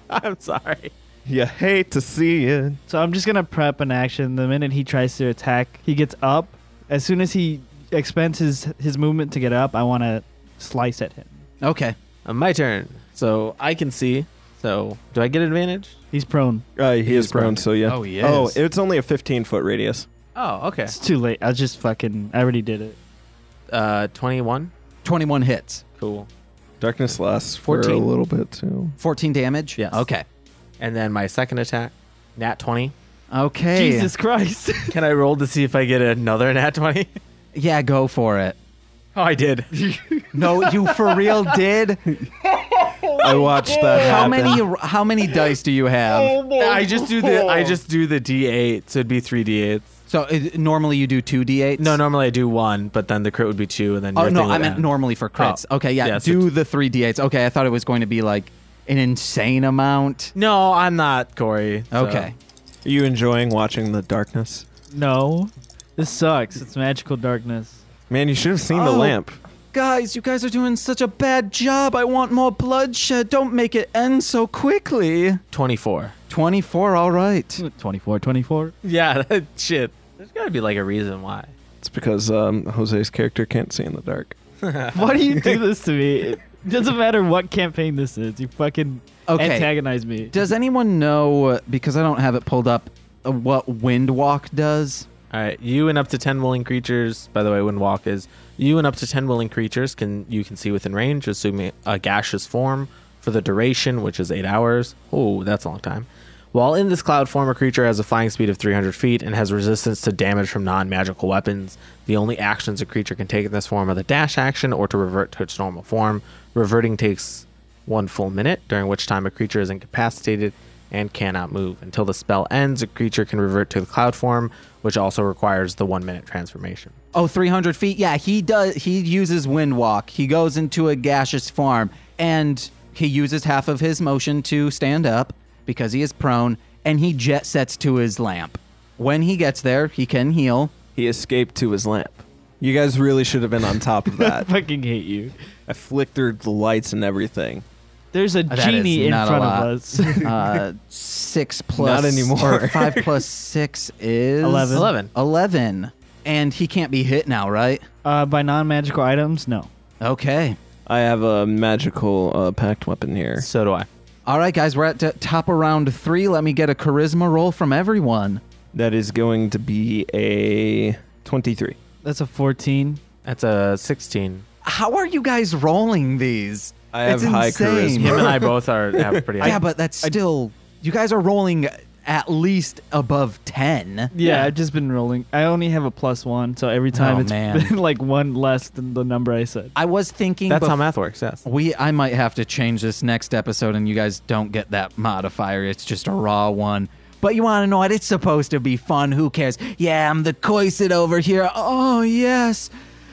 Speaker 3: I'm sorry.
Speaker 4: You hate to see it.
Speaker 2: So I'm just gonna prep an action. The minute he tries to attack, he gets up. As soon as he expends his his movement to get up, I want to slice at him.
Speaker 1: okay.
Speaker 3: Uh, my turn. So I can see. So do I get advantage?
Speaker 2: He's prone.
Speaker 4: Uh, he, is
Speaker 3: is
Speaker 4: prone,
Speaker 3: prone.
Speaker 4: so yeah.
Speaker 1: Oh, he
Speaker 4: Oh,
Speaker 1: is.
Speaker 4: it's only a 15 foot radius.
Speaker 3: Oh, okay.
Speaker 2: It's too late. I just fucking. I already did it.
Speaker 3: Uh, 21.
Speaker 1: 21 hits.
Speaker 3: Cool.
Speaker 4: Darkness lasts for a
Speaker 3: 14.
Speaker 4: little bit too.
Speaker 1: 14 damage?
Speaker 3: Yes.
Speaker 1: Okay.
Speaker 3: And then my second attack, nat 20.
Speaker 1: Okay.
Speaker 2: Jesus Christ!
Speaker 3: Can I roll to see if I get another nat 20?
Speaker 1: Yeah, go for it.
Speaker 3: Oh, I did.
Speaker 1: No, you for real did?
Speaker 4: I watched that
Speaker 1: Oh, How
Speaker 4: happen.
Speaker 1: many how many dice do you have?
Speaker 3: I just do the I just do the d8, so it'd be 3d8s.
Speaker 1: So uh, normally you do two d8s.
Speaker 3: No, normally I do one, but then the crit would be two, and then
Speaker 1: Oh
Speaker 3: your
Speaker 1: no,
Speaker 3: thing
Speaker 1: I
Speaker 3: would
Speaker 1: meant
Speaker 3: end.
Speaker 1: normally for crits. okay, Oh. yeah,
Speaker 3: Yeah, so
Speaker 1: do
Speaker 3: t-
Speaker 1: the three d8s. Okay, I thought it was going to be like an insane amount.
Speaker 3: No, I'm not Corey. so-
Speaker 1: Okay,
Speaker 4: Are you enjoying watching the darkness?
Speaker 2: No, this sucks. It's magical darkness.
Speaker 4: Man, you should have seen the
Speaker 1: Oh.
Speaker 4: lamp.
Speaker 1: guys, you guys are doing such a bad job. I want more bloodshed. Don't make it end so quickly.
Speaker 3: twenty-four.
Speaker 1: Twenty-four. All right.
Speaker 2: 24, 24.
Speaker 3: Yeah, that shit. There's got to be like a reason why.
Speaker 4: It's because um, Jose's character can't see in the dark.
Speaker 2: Why do you do this to me? It doesn't matter what campaign this is. You fucking
Speaker 1: Okay.
Speaker 2: antagonize me.
Speaker 1: Does anyone know? uh, Because I don't have it pulled up. uh, What Windwalk does?
Speaker 3: All right, you and up to ten willing creatures. By the way, when walk is you and up to ten willing creatures can you can see within range, assuming a gaseous form for the duration, which is eight hours. Oh, that's a long time. While in this cloud form, a creature has a flying speed of 300 feet and has resistance to damage from non-magical weapons. The only actions a creature can take in this form are the dash action or to revert to its normal form. Reverting takes one full minute, during which time a creature is incapacitated and cannot move. Until the spell ends, a creature can revert to the cloud form, which also requires the one minute transformation.
Speaker 1: Oh, 300 feet. Yeah, he does. He uses windwalk. He goes into a gaseous farm and he uses half of his motion to stand up because he is prone and he jet sets to his lamp. When he gets there, he can heal.
Speaker 4: He escaped to his lamp. You guys really should have been on top of
Speaker 2: I
Speaker 1: uh,
Speaker 4: that.
Speaker 2: fucking hate you.
Speaker 4: I flickered the lights and everything.
Speaker 2: There's a
Speaker 1: That is
Speaker 2: genie in
Speaker 1: not a
Speaker 2: front
Speaker 1: lot.
Speaker 2: of us.
Speaker 1: Uh, six plus.
Speaker 4: Not anymore.
Speaker 1: or five plus six is.
Speaker 2: Eleven.
Speaker 3: Eleven.
Speaker 1: 11. And he can't be hit now, right?
Speaker 2: uh, by non-magical items, no.
Speaker 1: Okay.
Speaker 4: I have a magical uh, packed weapon here.
Speaker 3: So do I.
Speaker 1: All right, guys, we're at t- top of round three. Let me get a charisma roll from everyone.
Speaker 4: That is going to be a 23.
Speaker 2: That's a 14.
Speaker 3: That's a 16.
Speaker 1: How are you guys rolling these?
Speaker 4: I have high charisma.
Speaker 3: Him and I both are have pretty high.
Speaker 1: yeah, but that's still you guys are rolling at least above ten.
Speaker 2: Yeah,
Speaker 3: Yeah.
Speaker 2: I've just been rolling. I only have a plus one, so every time
Speaker 1: Oh,
Speaker 2: it's
Speaker 1: man.
Speaker 2: been like one less than the number I said.
Speaker 1: I was thinking
Speaker 3: That's
Speaker 1: bef-
Speaker 3: how math works, yes.
Speaker 1: we I might have to change this next episode and you guys don't get that modifier. It's just a raw one. But you want to know what? It's supposed to be fun. Who cares? Yeah, I'm the Coisit over here. Oh, yes.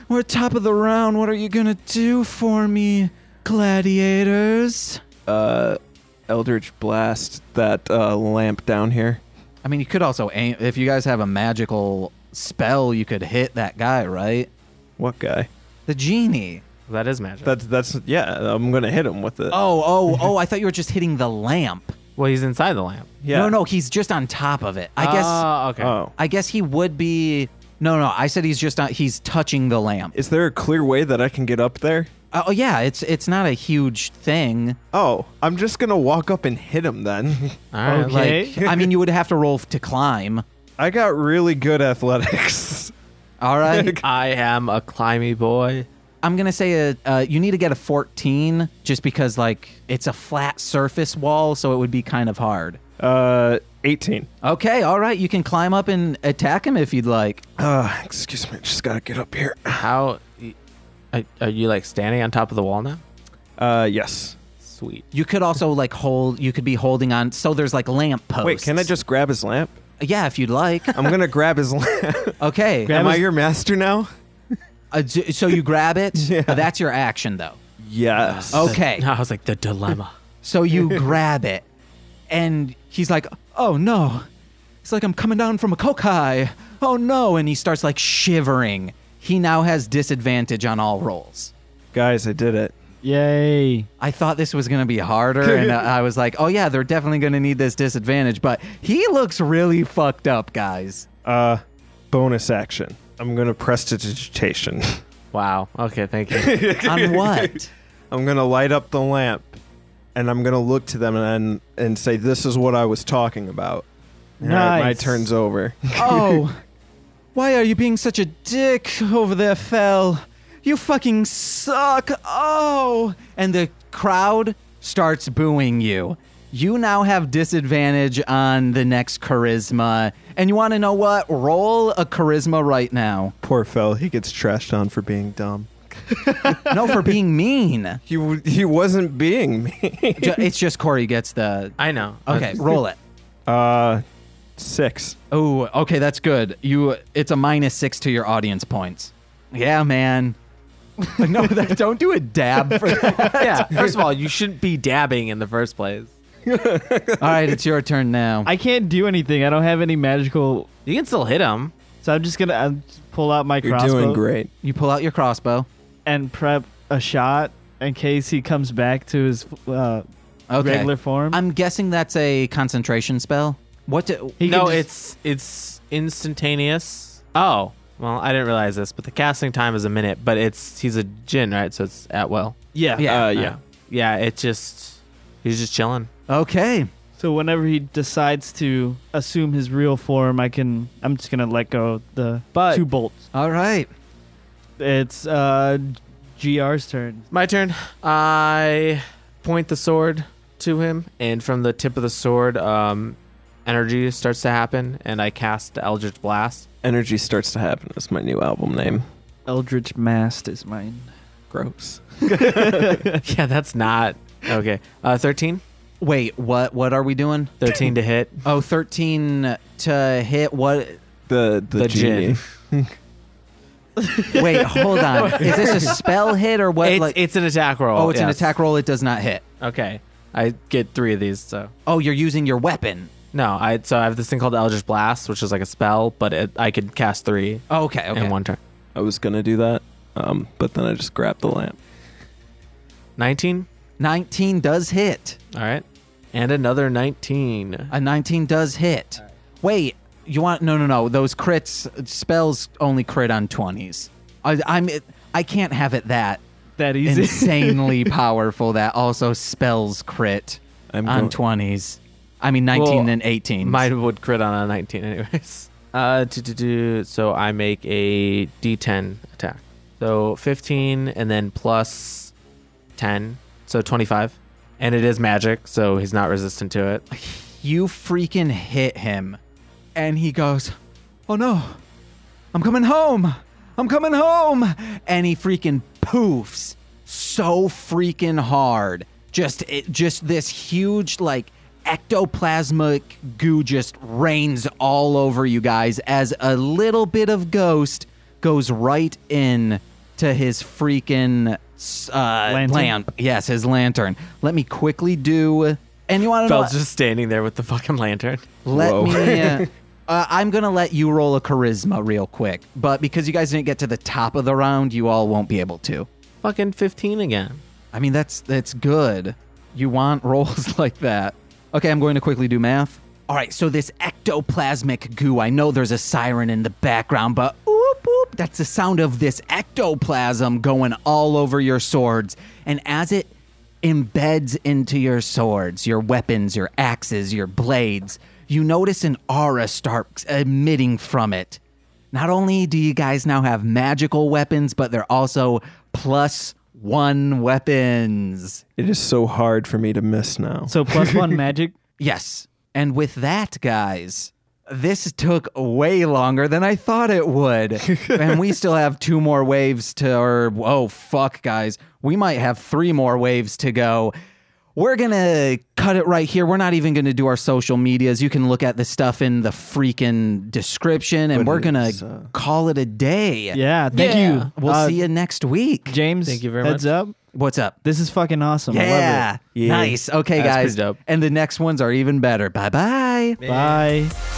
Speaker 1: We're top of the round. What are you going to do for me, gladiators?
Speaker 4: Uh, Eldritch Blast that uh, lamp down here.
Speaker 1: I mean, you could also aim. If you guys have a magical spell, you could hit that guy, right?
Speaker 4: What guy?
Speaker 1: The genie.
Speaker 3: That is magic.
Speaker 4: That's, that's, yeah, I'm going to hit him with it.
Speaker 1: Oh, oh, oh, I thought you were just hitting the lamp.
Speaker 3: well, he's inside the lamp.
Speaker 4: yeah.
Speaker 1: No, no, he's just on top of it. I guess
Speaker 3: Ah, okay.
Speaker 4: Oh.
Speaker 1: I guess he would be No, no, I said he's just not he's touching the lamp.
Speaker 4: Is there a clear way that I can get up there?
Speaker 1: Oh yeah, it's it's not a huge thing.
Speaker 4: Oh, I'm just going to walk up and hit him then.
Speaker 3: All right.
Speaker 2: Okay.
Speaker 3: Like,
Speaker 1: Like I mean you would have to roll to climb.
Speaker 4: I got really good athletics.
Speaker 1: All right.
Speaker 3: I am a climby boy.
Speaker 1: I'm going to say a, uh, you need to get a 14 just because like it's a flat surface wall so it would be kind of hard.
Speaker 4: Uh, 18.
Speaker 1: Okay, all right, you can climb up and attack him if you'd like.
Speaker 4: Uh, excuse me, just gotta get up here.
Speaker 3: How are, are you like standing on top of the wall now?
Speaker 4: Uh, yes.
Speaker 3: Sweet.
Speaker 1: You could also like hold you could be holding on so there's like lamp posts.
Speaker 4: Wait, can I just grab his lamp?
Speaker 1: Yeah, if you'd like.
Speaker 4: I'm gonna grab his lamp.
Speaker 1: Okay.
Speaker 2: Grab
Speaker 4: Am I
Speaker 2: his-
Speaker 4: your master now?
Speaker 1: Uh, d- so you grab it. Uh, that's your action, though.
Speaker 4: Yes.
Speaker 1: Okay.
Speaker 3: I was like the dilemma.
Speaker 1: So you grab it, and he's like, "Oh no!" It's like I'm coming down from a kokai. Oh no! And he starts like shivering. He now has disadvantage on all rolls.
Speaker 4: Guys, I did it.
Speaker 2: Yay.
Speaker 1: I thought this was gonna be harder, and I I was like, "Oh yeah, they're definitely gonna need this disadvantage." But he looks really fucked up, guys.
Speaker 4: Uh, bonus action. I'm gonna prestidigitation.
Speaker 3: Wow. Okay. Thank you.
Speaker 1: On what?
Speaker 4: I'm gonna light up the lamp, and I'm gonna look to them and and say, "This is what I was talking about." All right, my
Speaker 2: Nice.
Speaker 4: turn's over.
Speaker 1: Oh, why are you being such a dick over there, Fell? You fucking suck. Oh, and the crowd starts booing you. You now have disadvantage on the next charisma. And you want to know what? Roll a charisma right now.
Speaker 4: Poor fell. He gets trashed on for being dumb.
Speaker 1: No, for being mean.
Speaker 4: He w- he wasn't being me.
Speaker 1: Ju- It's just Corey gets the.
Speaker 3: I know.
Speaker 1: Okay, roll it.
Speaker 4: Uh,
Speaker 5: Six.
Speaker 1: Oh, okay, that's good. You, it's a minus six to your audience points. Yeah, man. no, that, don't do a dab for that.
Speaker 3: yeah. First of all, you shouldn't be dabbing in the first place.
Speaker 1: All right, it's your turn now.
Speaker 2: I can't do anything. I don't have any magical.
Speaker 3: You can still hit him.
Speaker 2: So I'm just gonna i pull out my
Speaker 4: You're
Speaker 2: crossbow
Speaker 4: doing great.
Speaker 1: you pull out your crossbow.
Speaker 2: and prep a shot in case he comes back to his uh,
Speaker 1: Okay.
Speaker 2: regular form.
Speaker 1: I'm guessing that's a concentration spell. What? Do,
Speaker 2: He can
Speaker 3: no,
Speaker 2: just-
Speaker 3: it's it's instantaneous. Oh, well, I didn't realize this, but the casting time is a minute. But it's he's a jinn, right? So it's at will.
Speaker 2: yeah.
Speaker 1: Yeah.
Speaker 3: Uh, yeah. It just he's just chilling.
Speaker 1: okay.
Speaker 2: So whenever he decides to assume his real form, I can. I'm just gonna let go the
Speaker 3: But-
Speaker 2: two bolts.
Speaker 1: All right.
Speaker 2: It's uh, Gr's turn.
Speaker 3: My turn. I point the sword to him, and from the tip of the sword, um, energy starts to happen, and I cast the Eldritch Blast.
Speaker 4: Energy starts to happen. Is my new album name.
Speaker 2: Eldritch Mast is mine.
Speaker 4: Gross.
Speaker 3: yeah, that's not okay. Uh, thirteen.
Speaker 1: Wait, what? What are we doing?
Speaker 3: 13 to hit.
Speaker 1: Oh, 13 to hit. What?
Speaker 4: The the,
Speaker 3: The
Speaker 4: genie.
Speaker 3: gin.
Speaker 1: Wait, hold on. Is this a spell hit or what?
Speaker 3: it's,
Speaker 1: like,
Speaker 3: it's an attack roll.
Speaker 1: oh, it's an
Speaker 3: yes.
Speaker 1: attack roll. It does not hit.
Speaker 3: Okay, I get three of these. So
Speaker 1: Oh, you're using your weapon.
Speaker 3: no, I so I have this thing called Eldritch Blast, which is like a spell, but it, I could cast three
Speaker 1: Okay. Okay.
Speaker 3: in one turn.
Speaker 4: I was gonna do that, um, but then I just grabbed the lamp.
Speaker 3: Nineteen.
Speaker 1: 19 does hit.
Speaker 3: All right, and another nineteen.
Speaker 1: A 19 does hit. Wait, you want no no no, those crits spells only crit on 20s. I I'm I can't have it that
Speaker 2: That easy.
Speaker 1: insanely powerful that also spells crit
Speaker 4: I'm
Speaker 1: on
Speaker 4: going-
Speaker 1: 20s. I mean 19
Speaker 3: Well,
Speaker 1: and 18.
Speaker 3: Mine would crit on a nineteen, anyways. Uh, to do, do so I make a D10 attack. So fifteen, and then plus ten, so twenty-five, and it is magic, so he's not resistant to it.
Speaker 1: you freaking hit him and he goes, "Oh no. I'm coming home. I'm coming home." And he freaking poofs so freaking hard. Just it, just this huge like ectoplasmic goo just rains all over you guys as a little bit of ghost goes right in to his freaking uh,
Speaker 2: Lantern?
Speaker 1: lamp. Yes, his lantern. Let me quickly do. And you want to know?
Speaker 3: Bell's just standing there with the fucking lantern.
Speaker 1: Let
Speaker 4: Whoa.
Speaker 1: me. Uh, uh, I'm gonna let you roll a charisma real quick, but because you guys didn't get to the top of the round, you all won't be able to.
Speaker 3: Fucking 15 again.
Speaker 1: I mean, that's that's good. You want rolls like that. Okay, I'm going to quickly do math. All right, so this ectoplasmic goo. I know there's a siren in the background, but oop oop, that's the sound of this ectoplasm going all over your swords. And as it embeds into your swords, your weapons, your axes, your blades, you notice an aura starts emitting from it. Not only do you guys now have magical weapons, but they're also plus one weapons.
Speaker 4: It is so hard for me to miss now.
Speaker 2: so plus one magic.
Speaker 1: Yes. And with that, guys, this took way longer than I thought it would. and we still have two more waves to, or, oh, fuck, guys. We might have three more waves to go. We're going to cut it right here. We're not even going to do our social medias. You can look at the stuff in the freaking description, and
Speaker 4: But
Speaker 1: we're
Speaker 4: it
Speaker 1: going
Speaker 4: is, uh,
Speaker 1: to call it a day.
Speaker 2: Yeah. Thank
Speaker 1: Yeah.
Speaker 2: you.
Speaker 1: We'll
Speaker 2: Uh,
Speaker 1: see you next week.
Speaker 2: James.
Speaker 3: Thank you very
Speaker 2: heads
Speaker 3: much.
Speaker 2: up.
Speaker 1: What's up?
Speaker 2: This is fucking awesome.
Speaker 1: Yeah.
Speaker 4: Yeah.
Speaker 1: Nice. Okay,
Speaker 3: That's
Speaker 1: guys.
Speaker 3: pretty dope.
Speaker 1: And the next ones are even better. Bye bye.
Speaker 2: I love it. Bye.